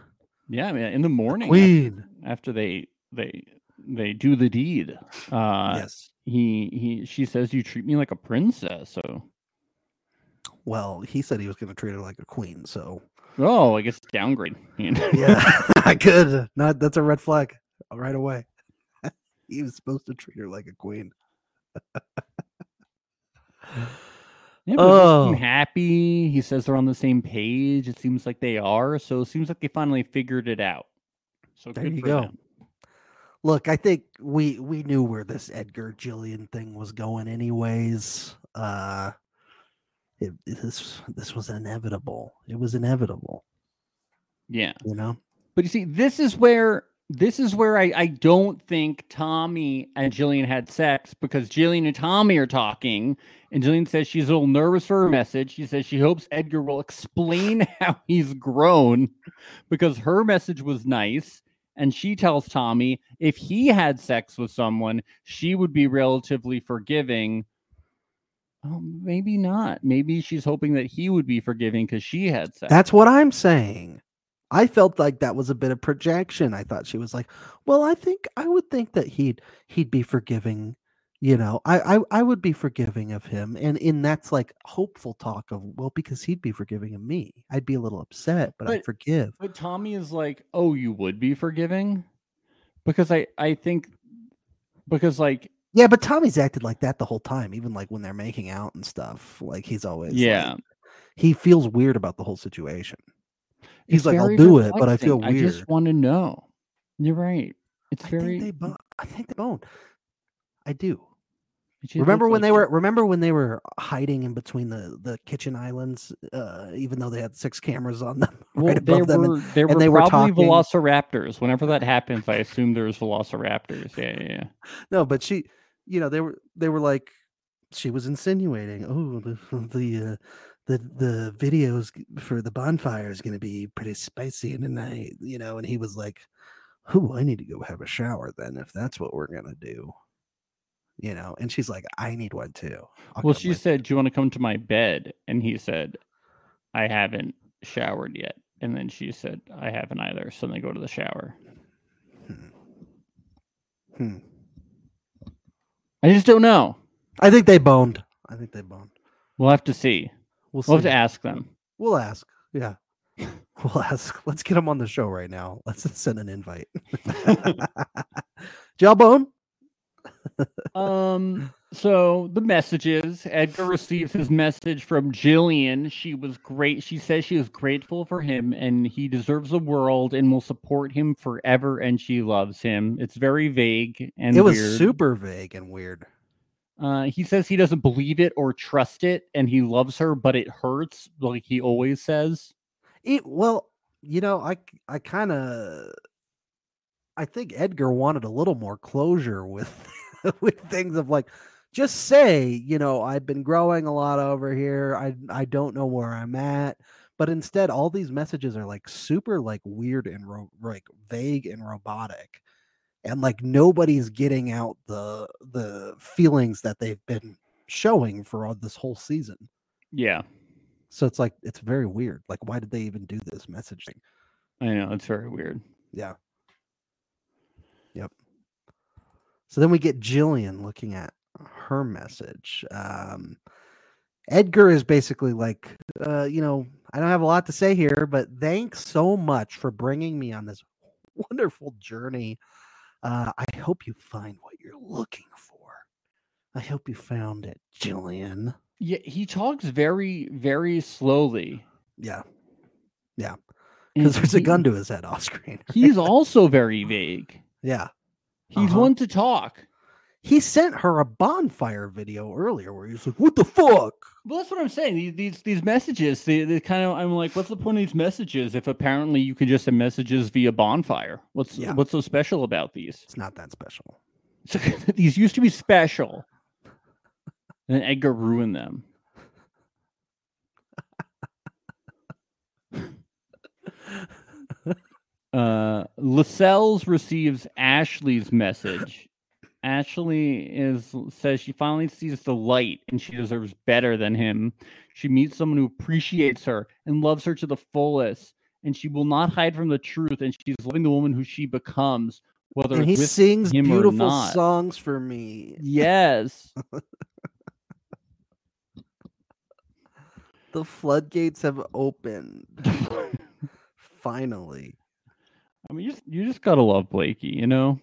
Speaker 1: Yeah, man. In the morning, af-
Speaker 2: Queen.
Speaker 1: after they they they do the deed, uh,
Speaker 2: yes.
Speaker 1: he he she says, "You treat me like a princess." So,
Speaker 2: Well, he said he was gonna treat her like a queen, [LAUGHS] so
Speaker 1: oh, I guess downgrade. [LAUGHS] you know?
Speaker 2: yeah, [LAUGHS] I could. Not that's a red flag right away. [LAUGHS] he was supposed to treat her like a queen.
Speaker 1: Yeah, but oh.
Speaker 2: Oh.
Speaker 1: happy. He says they're on the same page. It seems like they are. So it seems like they finally figured it out. So
Speaker 2: There
Speaker 1: good
Speaker 2: you
Speaker 1: for
Speaker 2: go.
Speaker 1: them.
Speaker 2: Look, I think we we knew where this Edgar Gillian thing was going, anyways. Uh, it, this this was inevitable. It was inevitable,
Speaker 1: Yeah.
Speaker 2: you know.
Speaker 1: But you see, this is where this is where I, I don't think Tommy and Jillian had sex because Jillian and Tommy are talking, and Jillian says she's a little nervous for her message. She says she hopes Edgar will explain [LAUGHS] how he's grown because her message was nice. And she tells Tommy if he had sex with someone, she would be relatively forgiving. Oh, maybe not. Maybe she's hoping that he would be forgiving because she had sex.
Speaker 2: That's what I'm saying. I felt like that was a bit of projection. I thought she was like, "Well, I think I would think that he'd he'd be forgiving you know I, I i would be forgiving of him and in that's like hopeful talk of well because he'd be forgiving of me i'd be a little upset but, i
Speaker 1: But-
Speaker 2: forgive
Speaker 1: But Tommy is like, oh, you would be forgiving, because I I think because like
Speaker 2: yeah but tommy's acted like that the whole time even like when they're making out and stuff like he's always like-
Speaker 1: yeah,
Speaker 2: he feels weird about the whole situation he's
Speaker 1: it's
Speaker 2: like, "I'll
Speaker 1: very
Speaker 2: do it, but I feel
Speaker 1: perplexing. I
Speaker 2: weird."
Speaker 1: just want to know. You're right. It's
Speaker 2: i
Speaker 1: very.
Speaker 2: think they bone i think they bone i do
Speaker 1: it just
Speaker 2: remember
Speaker 1: looks
Speaker 2: when
Speaker 1: like
Speaker 2: they
Speaker 1: it.
Speaker 2: were remember when they were hiding in between the the kitchen islands uh even though they had six cameras on them [LAUGHS]
Speaker 1: Well,
Speaker 2: right
Speaker 1: they
Speaker 2: above them and-
Speaker 1: were, there
Speaker 2: and
Speaker 1: were
Speaker 2: they were
Speaker 1: probably
Speaker 2: talking.
Speaker 1: velociraptors. Whenever that happens, I assume there's velociraptors. Yeah, yeah, yeah.
Speaker 2: no but she you know they were they were like she was insinuating oh the [LAUGHS] the uh, the the videos g- for the bonfire is going to be pretty spicy tonight you know and he was like oh i need to go have a shower then if that's what we're going to do you know and she's like i need one too I'll
Speaker 1: Well,
Speaker 2: come
Speaker 1: she
Speaker 2: with
Speaker 1: said, "Do you want to come to my bed?" And he said, "I haven't showered yet." And then she said, "I haven't either." So they go to the shower.
Speaker 2: you." Hmm. Hmm.
Speaker 1: I just don't know.
Speaker 2: i think they boned i think they boned
Speaker 1: We'll have to see.
Speaker 2: we'll,
Speaker 1: We'll have
Speaker 2: see.
Speaker 1: to ask them.
Speaker 2: we'll ask
Speaker 1: [LAUGHS]
Speaker 2: yeah [LAUGHS] we'll ask let's get them on the show right now let's [LAUGHS] send
Speaker 1: [LAUGHS]
Speaker 2: an invite jawbone
Speaker 1: Um. So the messages. Edgar receives his message from Jillian. She was great. She says she is grateful for him and he deserves the world and will support him forever. And she loves him. It's very vague and
Speaker 2: it was
Speaker 1: weird.
Speaker 2: super vague and weird.
Speaker 1: Uh, he says he doesn't believe it or trust it, and he loves her, but it hurts, like he always says.
Speaker 2: It well, you know, I k- I kind of I think Edgar wanted a little more closure with [LAUGHS] with things of like just say, you know, I've been growing a lot over here. I I don't know where I'm at. But instead, all these messages are like super like weird and ro- like vague and robotic. And like nobody's getting out the the feelings that they've been showing for all this whole season.
Speaker 1: Yeah,
Speaker 2: So it's like it's very weird. Like, why did they even do this message thing?
Speaker 1: I know it's very weird.
Speaker 2: Yeah. Yep. So then we get Jillian looking at her message. Um, Edgar is basically like, uh, you know, I don't have a lot to say here, but thanks so much for bringing me on this [LAUGHS] wonderful journey. Uh, I hope you find what you're looking for. I hope you found it, Jillian.
Speaker 1: Yeah, he talks very, very slowly
Speaker 2: Yeah, [LAUGHS]
Speaker 1: and
Speaker 2: because there's a
Speaker 1: he-
Speaker 2: gun to his head [LAUGHS] off screen. right?
Speaker 1: He's also very vague.
Speaker 2: yeah.
Speaker 1: He's
Speaker 2: Uh-huh.
Speaker 1: one to talk.
Speaker 2: He sent her a bonfire video earlier where he's like, "What the fuck?"
Speaker 1: Well, that's what I'm saying. These these, these messages, they, they kind of. I'm like, what's the point of these messages if apparently you can just send messages via bonfire? What's
Speaker 2: Yeah.
Speaker 1: what's so special about these?
Speaker 2: It's not that special.
Speaker 1: [LAUGHS] these used to be special, and then Edgar ruined them. uh, Lascelles receives Ashley's message. Ashley is says she finally sees the light and she deserves better than him. She meets someone who appreciates her and loves her to the fullest, and she will not hide from the truth. And she's loving the woman who she becomes, whether
Speaker 2: And he
Speaker 1: with
Speaker 2: sings
Speaker 1: him or
Speaker 2: beautiful
Speaker 1: not.
Speaker 2: songs for me.
Speaker 1: Yes.
Speaker 2: The floodgates have opened.
Speaker 1: [LAUGHS]
Speaker 2: Finally.
Speaker 1: I mean, you just, you just gotta love Blakey, you know.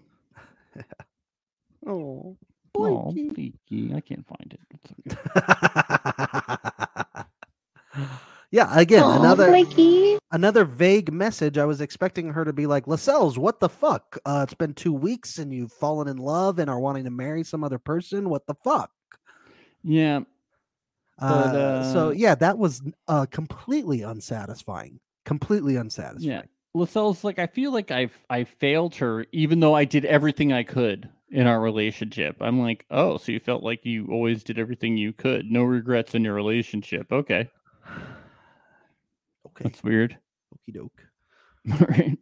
Speaker 2: Oh.
Speaker 1: Aw,
Speaker 2: Blakey.
Speaker 1: Blakey, I can't find it. It's okay.
Speaker 2: [LAUGHS] yeah, again,
Speaker 10: Aw,
Speaker 2: another
Speaker 10: Blakey.
Speaker 2: another vague message. I was expecting her to be like, Lascelles, what the fuck? Uh, it's been two weeks and you've fallen in love and are wanting to marry some other person. What the fuck?
Speaker 1: Yeah, But,
Speaker 2: Uh, so
Speaker 1: uh,
Speaker 2: yeah, that was uh, completely unsatisfying. Completely unsatisfying.
Speaker 1: yeah. Lascelles, like, I feel like I've I failed her, even though I did everything I could in our relationship. I'm like, oh, so you felt like you always did everything you could, no regrets in your relationship. Okay,
Speaker 2: Okay.
Speaker 1: that's weird. [LAUGHS]
Speaker 2: Okie doke.
Speaker 1: All right.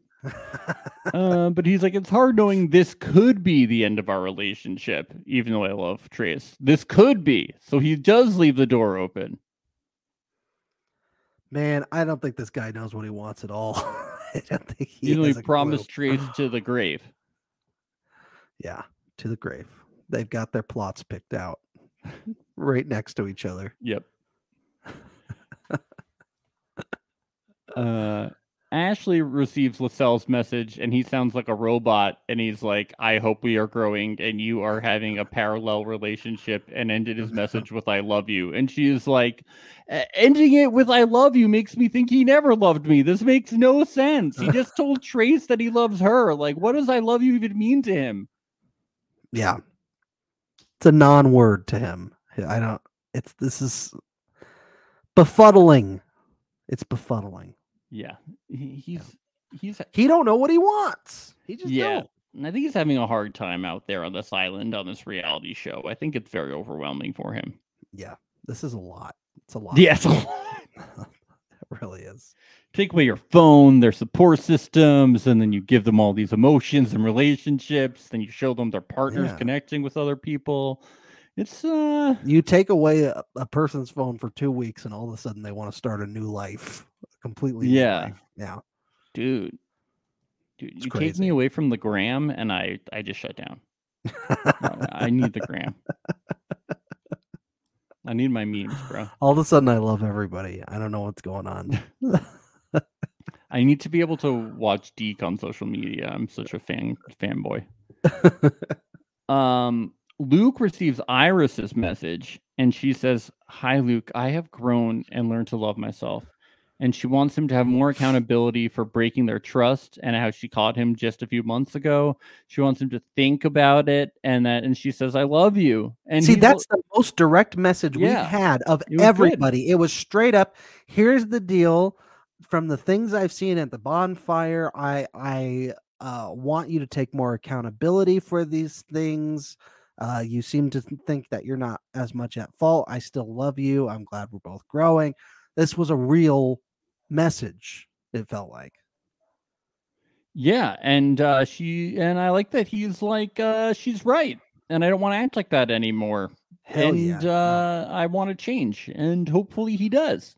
Speaker 1: uh, but he's like, it's hard knowing this could be the end of our relationship, even though I love Trace. This could be. So he does leave the door open.
Speaker 2: Man, I don't think this guy knows what he wants at all. [LAUGHS] I don't think he
Speaker 1: even though he
Speaker 2: has a clue.
Speaker 1: promised Trace to the grave.
Speaker 2: Yeah, to the grave. They've got their plots picked
Speaker 1: [LAUGHS]
Speaker 2: out right next to each other.
Speaker 1: Yep. uh, Ashley receives LaSalle's message and he sounds like a robot. And he's like, I hope we are growing and you are having a parallel relationship. And ended his message with, I love you. And she is like, "E-, ending it with, I love you makes me think he never loved me. This makes no sense. He just [LAUGHS] told Trace that he loves her. Like, what does I love you even mean to him?
Speaker 2: Yeah. It's a non word to him. I don't, it's, this is befuddling. It's befuddling.
Speaker 1: Yeah, he, he's he's
Speaker 2: he don't know what he wants. He just
Speaker 1: yeah.
Speaker 2: Don't.
Speaker 1: I think he's having a hard time out there on this island on this reality show. I think it's very overwhelming for him.
Speaker 2: Yeah, this is a lot. It's a lot.
Speaker 1: Yeah,
Speaker 2: [LAUGHS]
Speaker 1: it's a lot.
Speaker 2: it really is.
Speaker 1: Take away your phone, their support systems, and then you give them all these emotions and relationships. Then you show them their partners yeah. connecting with other people. It's uh
Speaker 2: you take away a, a person's phone for two weeks, and all of a sudden they want to start a new life completely
Speaker 1: yeah
Speaker 2: yeah
Speaker 1: dude dude it's you crazy. take me away from the gram and i i just shut down no, i need the [LAUGHS] gram i need my memes bro
Speaker 2: [LAUGHS] all of a sudden i love everybody i don't know what's going on
Speaker 1: [LAUGHS]
Speaker 2: [LAUGHS]
Speaker 1: i need to be able to watch deek on social media i'm such a fan
Speaker 2: [LAUGHS]
Speaker 1: fanboy um luke receives iris's message and she says hi luke i have grown and learned to love myself and she wants him to have more accountability for breaking their trust and how she caught him just a few months ago. She wants him to think about it and that and she says, I love you. And
Speaker 2: see, that's lo- the most direct message yeah, we've had of it everybody. Good. It was straight up, here's the deal. From the things I've seen at the bonfire, I I uh, want you to take more accountability for these things. Uh, you seem to think that you're not as much at fault. I still love you. I'm glad we're both growing. This was a real message it felt like
Speaker 1: yeah and uh she and i like that he's like uh she's right and i don't want to act like that anymore
Speaker 2: Hell
Speaker 1: and
Speaker 2: yeah.
Speaker 1: uh i want to change and hopefully he does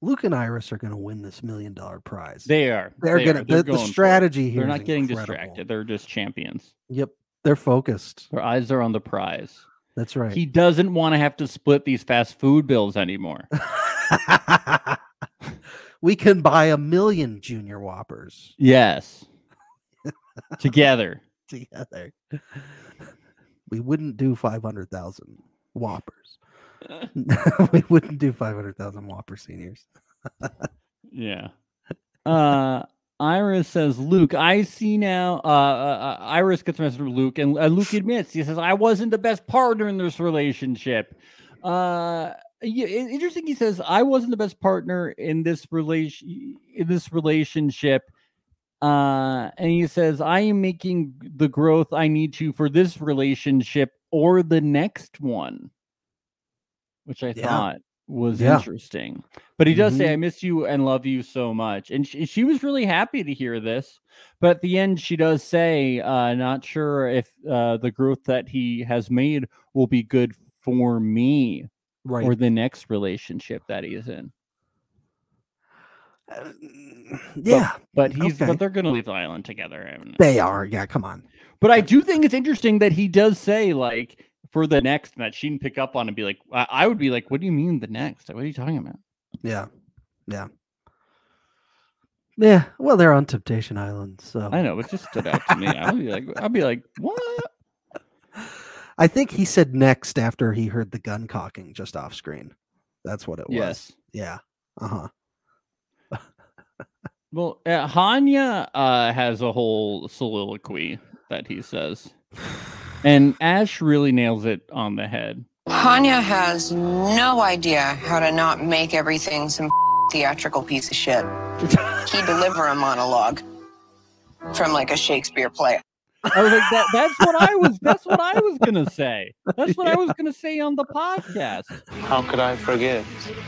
Speaker 2: luke and iris are going to win this million dollar prize
Speaker 1: they are
Speaker 2: they're they gonna,
Speaker 1: they're
Speaker 2: the, the strategy here
Speaker 1: they're not getting
Speaker 2: incredible.
Speaker 1: distracted they're just champions
Speaker 2: yep they're focused
Speaker 1: their eyes are on the prize
Speaker 2: that's right
Speaker 1: he doesn't want to have to split these fast food bills
Speaker 2: [LAUGHS]
Speaker 1: anymore
Speaker 2: [LAUGHS] we can buy a million junior whoppers.
Speaker 1: Yes. Together.
Speaker 2: Together. We wouldn't do 500,000
Speaker 1: [LAUGHS]
Speaker 2: whoppers. [LAUGHS] we wouldn't do 500,000 whopper seniors.
Speaker 1: yeah. [LAUGHS] Uh Iris says, Luke, I see now. Uh, uh, uh, Iris gets a message from Luke, and uh, Luke admits, he says, I wasn't the best partner in this relationship. Uh, yeah, interesting. He says I wasn't the best partner in this relation in this relationship, uh, and he says I am making the growth I need to for this relationship or the next one, which I
Speaker 2: yeah.
Speaker 1: thought was
Speaker 2: yeah.
Speaker 1: interesting. But he does
Speaker 2: Mhm.
Speaker 1: say I miss you and love you so much, and she, she was really happy to hear this. But at the end, she does say, uh, "Not sure if uh, the growth that he has made will be good." For me,
Speaker 2: Right.
Speaker 1: or the next relationship that he is in.
Speaker 2: Uh, yeah,
Speaker 1: But he's
Speaker 2: Mm, Okay.
Speaker 1: but they're gonna leave the island together. and-
Speaker 2: they are. Yeah, come on.
Speaker 1: But I do think it's interesting that he does say like for the next and that she can pick up on and be like, I, I would be like, what do you mean the next? What are you talking about?
Speaker 2: Yeah. Yeah. Yeah. Well, they're on Temptation Island, so
Speaker 1: I know it just stood out to me. I would be like, I'd be like, what?
Speaker 2: I think he said next after he heard the gun cocking just off screen. That's what it was.
Speaker 1: Yes.
Speaker 2: Yeah. Uh
Speaker 1: uh-huh.
Speaker 2: huh.
Speaker 1: Well, uh, Hanya uh, has a whole soliloquy that he says, and Ash really nails it on the head.
Speaker 11: Hanya has no idea how to not make everything some [LAUGHS] theatrical piece of shit. he deliver a monologue from like a Shakespeare play.
Speaker 1: I was like, that, that's what I was. That's what I was gonna say. That's what I was gonna say on the podcast.
Speaker 5: How could I forget?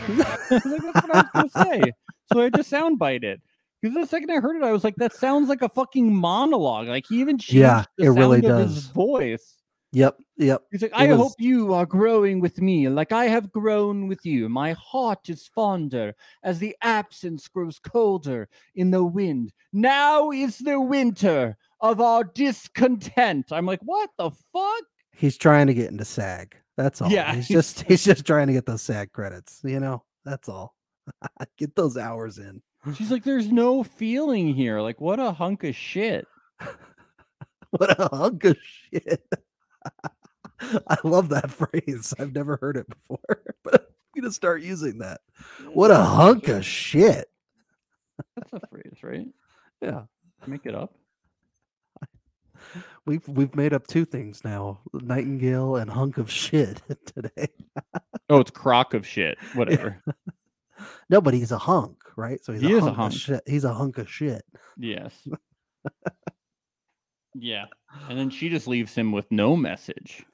Speaker 1: I was [LAUGHS] like, that's what I was gonna say. So I just soundbite it. Because the second I heard it, I was like, that sounds like a fucking monologue. Like he even changed
Speaker 2: Yeah,
Speaker 1: the
Speaker 2: it really
Speaker 1: sound of his
Speaker 2: does.
Speaker 1: voice.
Speaker 2: Yep. Yep.
Speaker 1: He's like,
Speaker 2: It
Speaker 1: I
Speaker 2: was-
Speaker 1: hope you are growing with me, like I have grown with you. My heart is fonder as the absence grows colder in the wind. Now is the winter of our discontent. I'm like, what the fuck?
Speaker 2: He's trying to get into SAG. That's all.
Speaker 1: Yeah.
Speaker 2: He's just he's just trying to get those SAG credits. You know, that's all. [LAUGHS] get those hours in. [LAUGHS]
Speaker 1: She's like, there's no feeling here. Like, what a hunk of shit.
Speaker 2: what a hunk of shit. [LAUGHS] I love that [LAUGHS] phrase. I've never heard it before, [LAUGHS] but I'm gonna start using that. What a hunk of shit.
Speaker 1: That's a phrase, [LAUGHS] right?
Speaker 2: Yeah.
Speaker 1: Make it up.
Speaker 2: We've we've made up two things now: nightingale and hunk of shit [LAUGHS] today.
Speaker 1: oh, it's crock of shit. Whatever.
Speaker 2: Yeah. No, but he's a hunk, right? So he's
Speaker 1: He
Speaker 2: a
Speaker 1: is a
Speaker 2: hunk
Speaker 1: hunk.
Speaker 2: Of shit. He's a hunk of shit.
Speaker 1: [LAUGHS] [LAUGHS] Yes. yeah. And then she just leaves him with no message.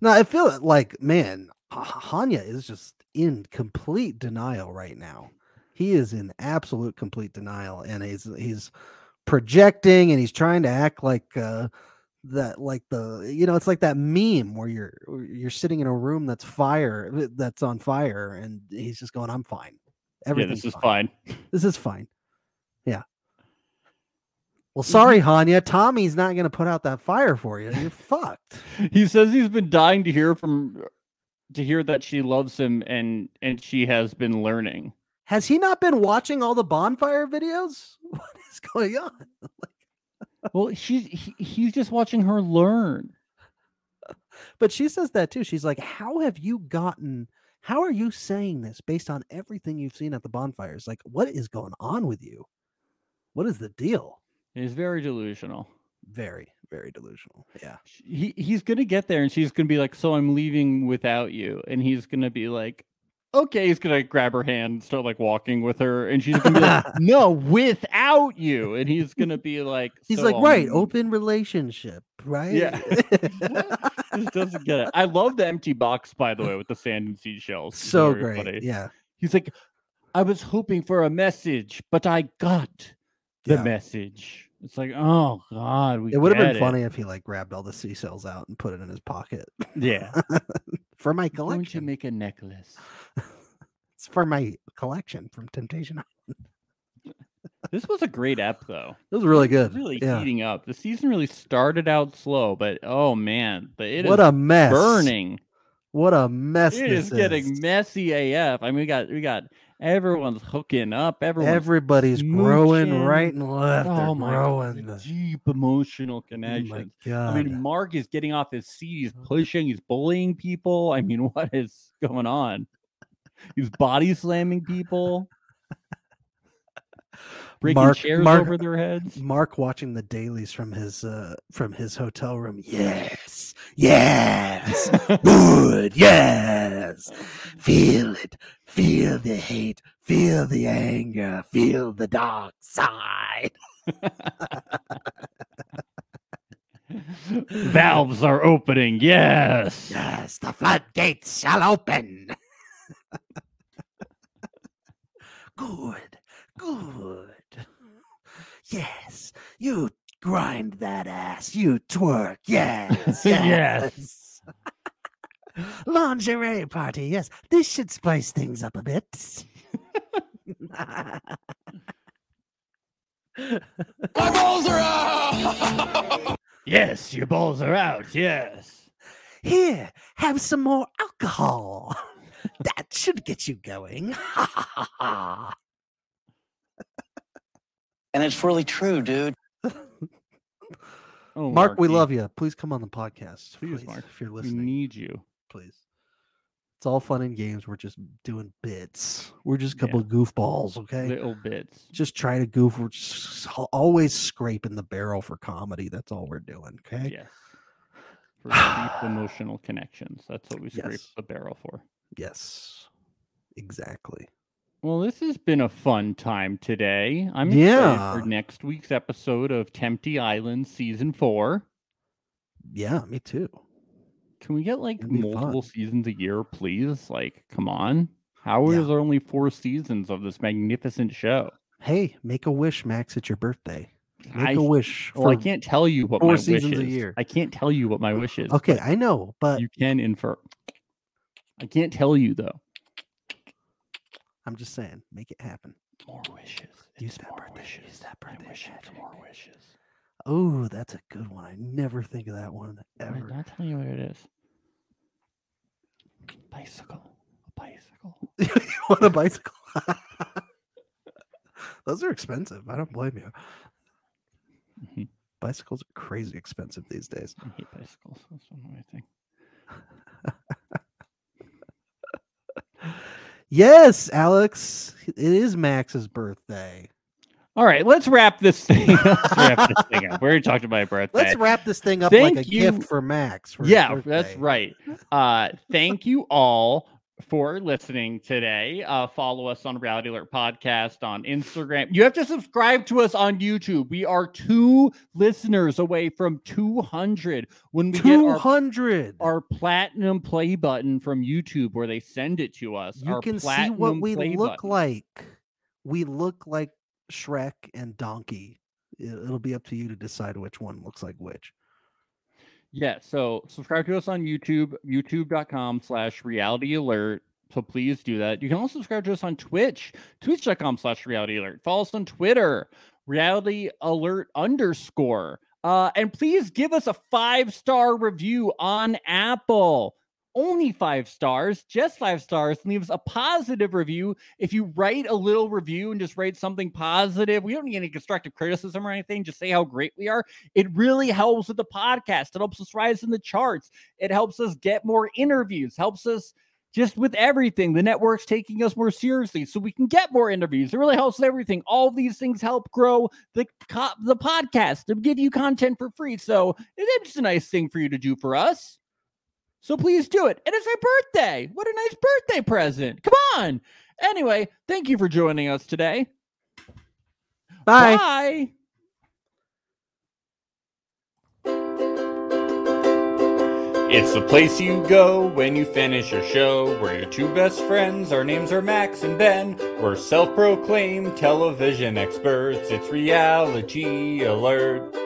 Speaker 2: Now I feel like, man, Ha- Hanya is just in complete denial right now. He is in absolute complete denial, and he's he's projecting, and he's trying to act like uh, that, like the you know, it's like that meme where you're where you're sitting in a room that's fire uh, that's on fire, and he's just going, "I'm fine,
Speaker 1: Yeah,
Speaker 2: everything's
Speaker 1: this is
Speaker 2: fine.
Speaker 1: fine.
Speaker 2: This is fine." Yeah. Well,
Speaker 1: Mm-hmm.
Speaker 2: sorry, Hanya. Tommy's not going to put out that fire for you. You're fucked.
Speaker 1: He says he's been dying to hear from to hear that she loves him and and she has been learning.
Speaker 2: Has he not been watching all the bonfire videos? [LAUGHS] What is going on?
Speaker 1: Well, she's he, he's just watching her learn.
Speaker 2: But she says that too. She's like, How have you gotten? How are you saying this based on everything you've seen at the bonfires? Like, what is going on with you? What is the deal?
Speaker 1: He's very delusional.
Speaker 2: Very, very delusional. Yeah.
Speaker 1: Sh- He he's gonna get there and she's gonna be like, "So I'm leaving without you," and he's gonna be like, "Okay." He's gonna grab her hand and start like walking with her, and she's gonna be
Speaker 2: [LAUGHS]
Speaker 1: like, "No, without you," and he's gonna be like,
Speaker 2: [LAUGHS] He's
Speaker 1: "So
Speaker 2: like,
Speaker 1: I'll
Speaker 2: Right,
Speaker 1: move."
Speaker 2: open relationship, right? [LAUGHS]
Speaker 1: Yeah. [LAUGHS] Just doesn't get it. I love the empty box, by the way, with the sand and seashells. It's
Speaker 2: so
Speaker 1: very
Speaker 2: great.
Speaker 1: funny.
Speaker 2: Yeah.
Speaker 1: He's like, I was hoping for a message, but I got the
Speaker 2: Yeah.
Speaker 1: message. It's like, oh god, we
Speaker 2: It would have
Speaker 1: get
Speaker 2: been funny if he like grabbed all the seashells out and put it in his pocket
Speaker 1: Yeah,
Speaker 2: [LAUGHS] for my
Speaker 1: why don't you
Speaker 2: collection.
Speaker 1: make a
Speaker 2: [LAUGHS]
Speaker 1: necklace?
Speaker 2: It's for my collection from Temptation. Island.
Speaker 1: This was a great ep, though.
Speaker 2: It was really good.
Speaker 1: Really
Speaker 2: yeah.
Speaker 1: heating up. The season really started out slow, but oh man, the, it is
Speaker 2: what a mess.
Speaker 1: burning.
Speaker 2: What a mess.
Speaker 1: It
Speaker 2: this
Speaker 1: is getting messy AF. I mean, we got we got everyone's hooking up. Everyone's
Speaker 2: Everybody's growing
Speaker 1: smooching.
Speaker 2: right and left. They're
Speaker 1: oh my God,
Speaker 2: growing.
Speaker 1: the
Speaker 2: the-
Speaker 1: deep emotional
Speaker 2: Oh
Speaker 1: connection.
Speaker 2: my god. Oh.
Speaker 1: I mean, Mark is getting off his seat. He's pushing. He's bullying people. I mean, [LAUGHS] what is going on? He's body slamming people, breaking
Speaker 2: Mark-
Speaker 1: chairs
Speaker 2: Mark-
Speaker 1: over their heads.
Speaker 2: Mark watching the dailies from his uh from his hotel room. Yes. Yes.
Speaker 1: [LAUGHS]
Speaker 2: Good. Yes. Feel it. Feel the hate. Feel the anger. Feel the dark side.
Speaker 1: [LAUGHS] Valves are opening. Yes.
Speaker 2: Yes, the floodgates shall open. [LAUGHS] good, good. Yes, you grind that ass, you twerk. Yes, yes.
Speaker 1: [LAUGHS]
Speaker 2: [LAUGHS]
Speaker 1: Yes.
Speaker 2: Lingerie party, yes. This should spice things up a bit. [LAUGHS]
Speaker 3: My balls are out!
Speaker 1: Yes. Your balls are out. Yes.
Speaker 2: Here, have some more alcohol. [LAUGHS] That should get you going. [LAUGHS]
Speaker 5: And it's really true, dude.
Speaker 2: [LAUGHS]
Speaker 1: Oh,
Speaker 2: Mark, we love you. Please come on the podcast.
Speaker 1: Please, Mark.
Speaker 2: If you're
Speaker 1: We
Speaker 2: listening,
Speaker 1: need you.
Speaker 2: please. It's all fun and games. We're just doing bits. We're just a
Speaker 1: Yeah.
Speaker 2: couple of goofballs, okay?
Speaker 1: Little bits.
Speaker 2: Just try to goof. We're just s- always scraping the barrel for comedy. That's all we're doing, okay?
Speaker 1: Yes. For
Speaker 2: [SIGHS]
Speaker 1: deep emotional connections. That's what we scrape
Speaker 2: Yes.
Speaker 1: the barrel for.
Speaker 2: Yes. Exactly.
Speaker 1: Well, this has been a fun time today. I'm excited
Speaker 2: Yeah.
Speaker 1: for next week's episode of Tempty Island season four.
Speaker 2: Yeah, me too.
Speaker 1: Can we get like
Speaker 2: It'll be
Speaker 1: multiple
Speaker 2: fun.
Speaker 1: seasons a year, please? Like, come on. How
Speaker 2: Yeah.
Speaker 1: is there only four seasons of this magnificent show?
Speaker 2: Hey, make a wish, Max. It's your birthday. Make
Speaker 1: I-
Speaker 2: a wish.
Speaker 1: Or I
Speaker 2: for-
Speaker 1: can't tell you what
Speaker 2: four
Speaker 1: my
Speaker 2: seasons
Speaker 1: wish
Speaker 2: a
Speaker 1: is.
Speaker 2: year.
Speaker 1: I can't tell you what my wish is.
Speaker 2: Okay,
Speaker 1: but
Speaker 2: I know, but
Speaker 1: you can infer. I can't tell you though.
Speaker 2: I'm just saying, make it happen.
Speaker 1: More wishes.
Speaker 2: Use
Speaker 1: It's
Speaker 2: that
Speaker 1: more
Speaker 2: birthday-
Speaker 1: wishes.
Speaker 2: use that
Speaker 1: I'm
Speaker 2: birthday
Speaker 1: wishing for
Speaker 2: magic.
Speaker 1: more wishes.
Speaker 2: Oh, that's a good one. I never think of that one ever.
Speaker 1: Wait, I'll tell you what it is. Bicycle. A bicycle.
Speaker 2: you [LAUGHS] want a bicycle? Those are expensive. I don't blame you. Mm-hmm. Bicycles are crazy expensive these days.
Speaker 1: I hate bicycles. That's one way thing.
Speaker 2: Yes, Alex, it is Max's birthday.
Speaker 1: All right, let's wrap this thing. [LAUGHS] Let's wrap this thing up. We already talked [LAUGHS] about birthday.
Speaker 2: Let's wrap this thing up thank like a you. gift for Max. For
Speaker 1: yeah, that's right. Uh, thank you all for listening today. Uh, follow us on Reality Alert Podcast on Instagram. You have to subscribe to us on YouTube. We are two listeners away from 200 when we
Speaker 2: 200.
Speaker 1: get our, our platinum play button from YouTube where they send it to us.
Speaker 2: You
Speaker 1: our
Speaker 2: can see what we look button. like. We look like Shrek and Donkey. It'll be up to you to decide which one looks like which.
Speaker 1: Yeah, so subscribe to us on YouTube, youtube.com slash reality alert. So please do that. You can also subscribe to us on Twitch, twitch.com slash reality alert. Follow us on Twitter, reality alert underscore. Uh, and please give us a five star review on Apple. Only five stars, just five stars, and leave us a positive review. If you write a little review and just write something positive, we don't need any constructive criticism or anything. Just say how great we are. It really helps with the podcast. It helps us rise in the charts. It helps us get more interviews, helps us just with everything. The network's taking us more seriously so we can get more interviews. It really helps everything. All these things help grow the co- the podcast to give you content for free. So it's just a nice thing for you to do for us. So please do it. And it's my birthday. What a nice birthday present. Come on. Anyway, thank you for joining us today.
Speaker 2: Bye.
Speaker 1: Bye.
Speaker 6: It's the place you go when you finish your show. We're your two best friends. Our names are Max and Ben. We're self proclaimed television experts. It's reality alert.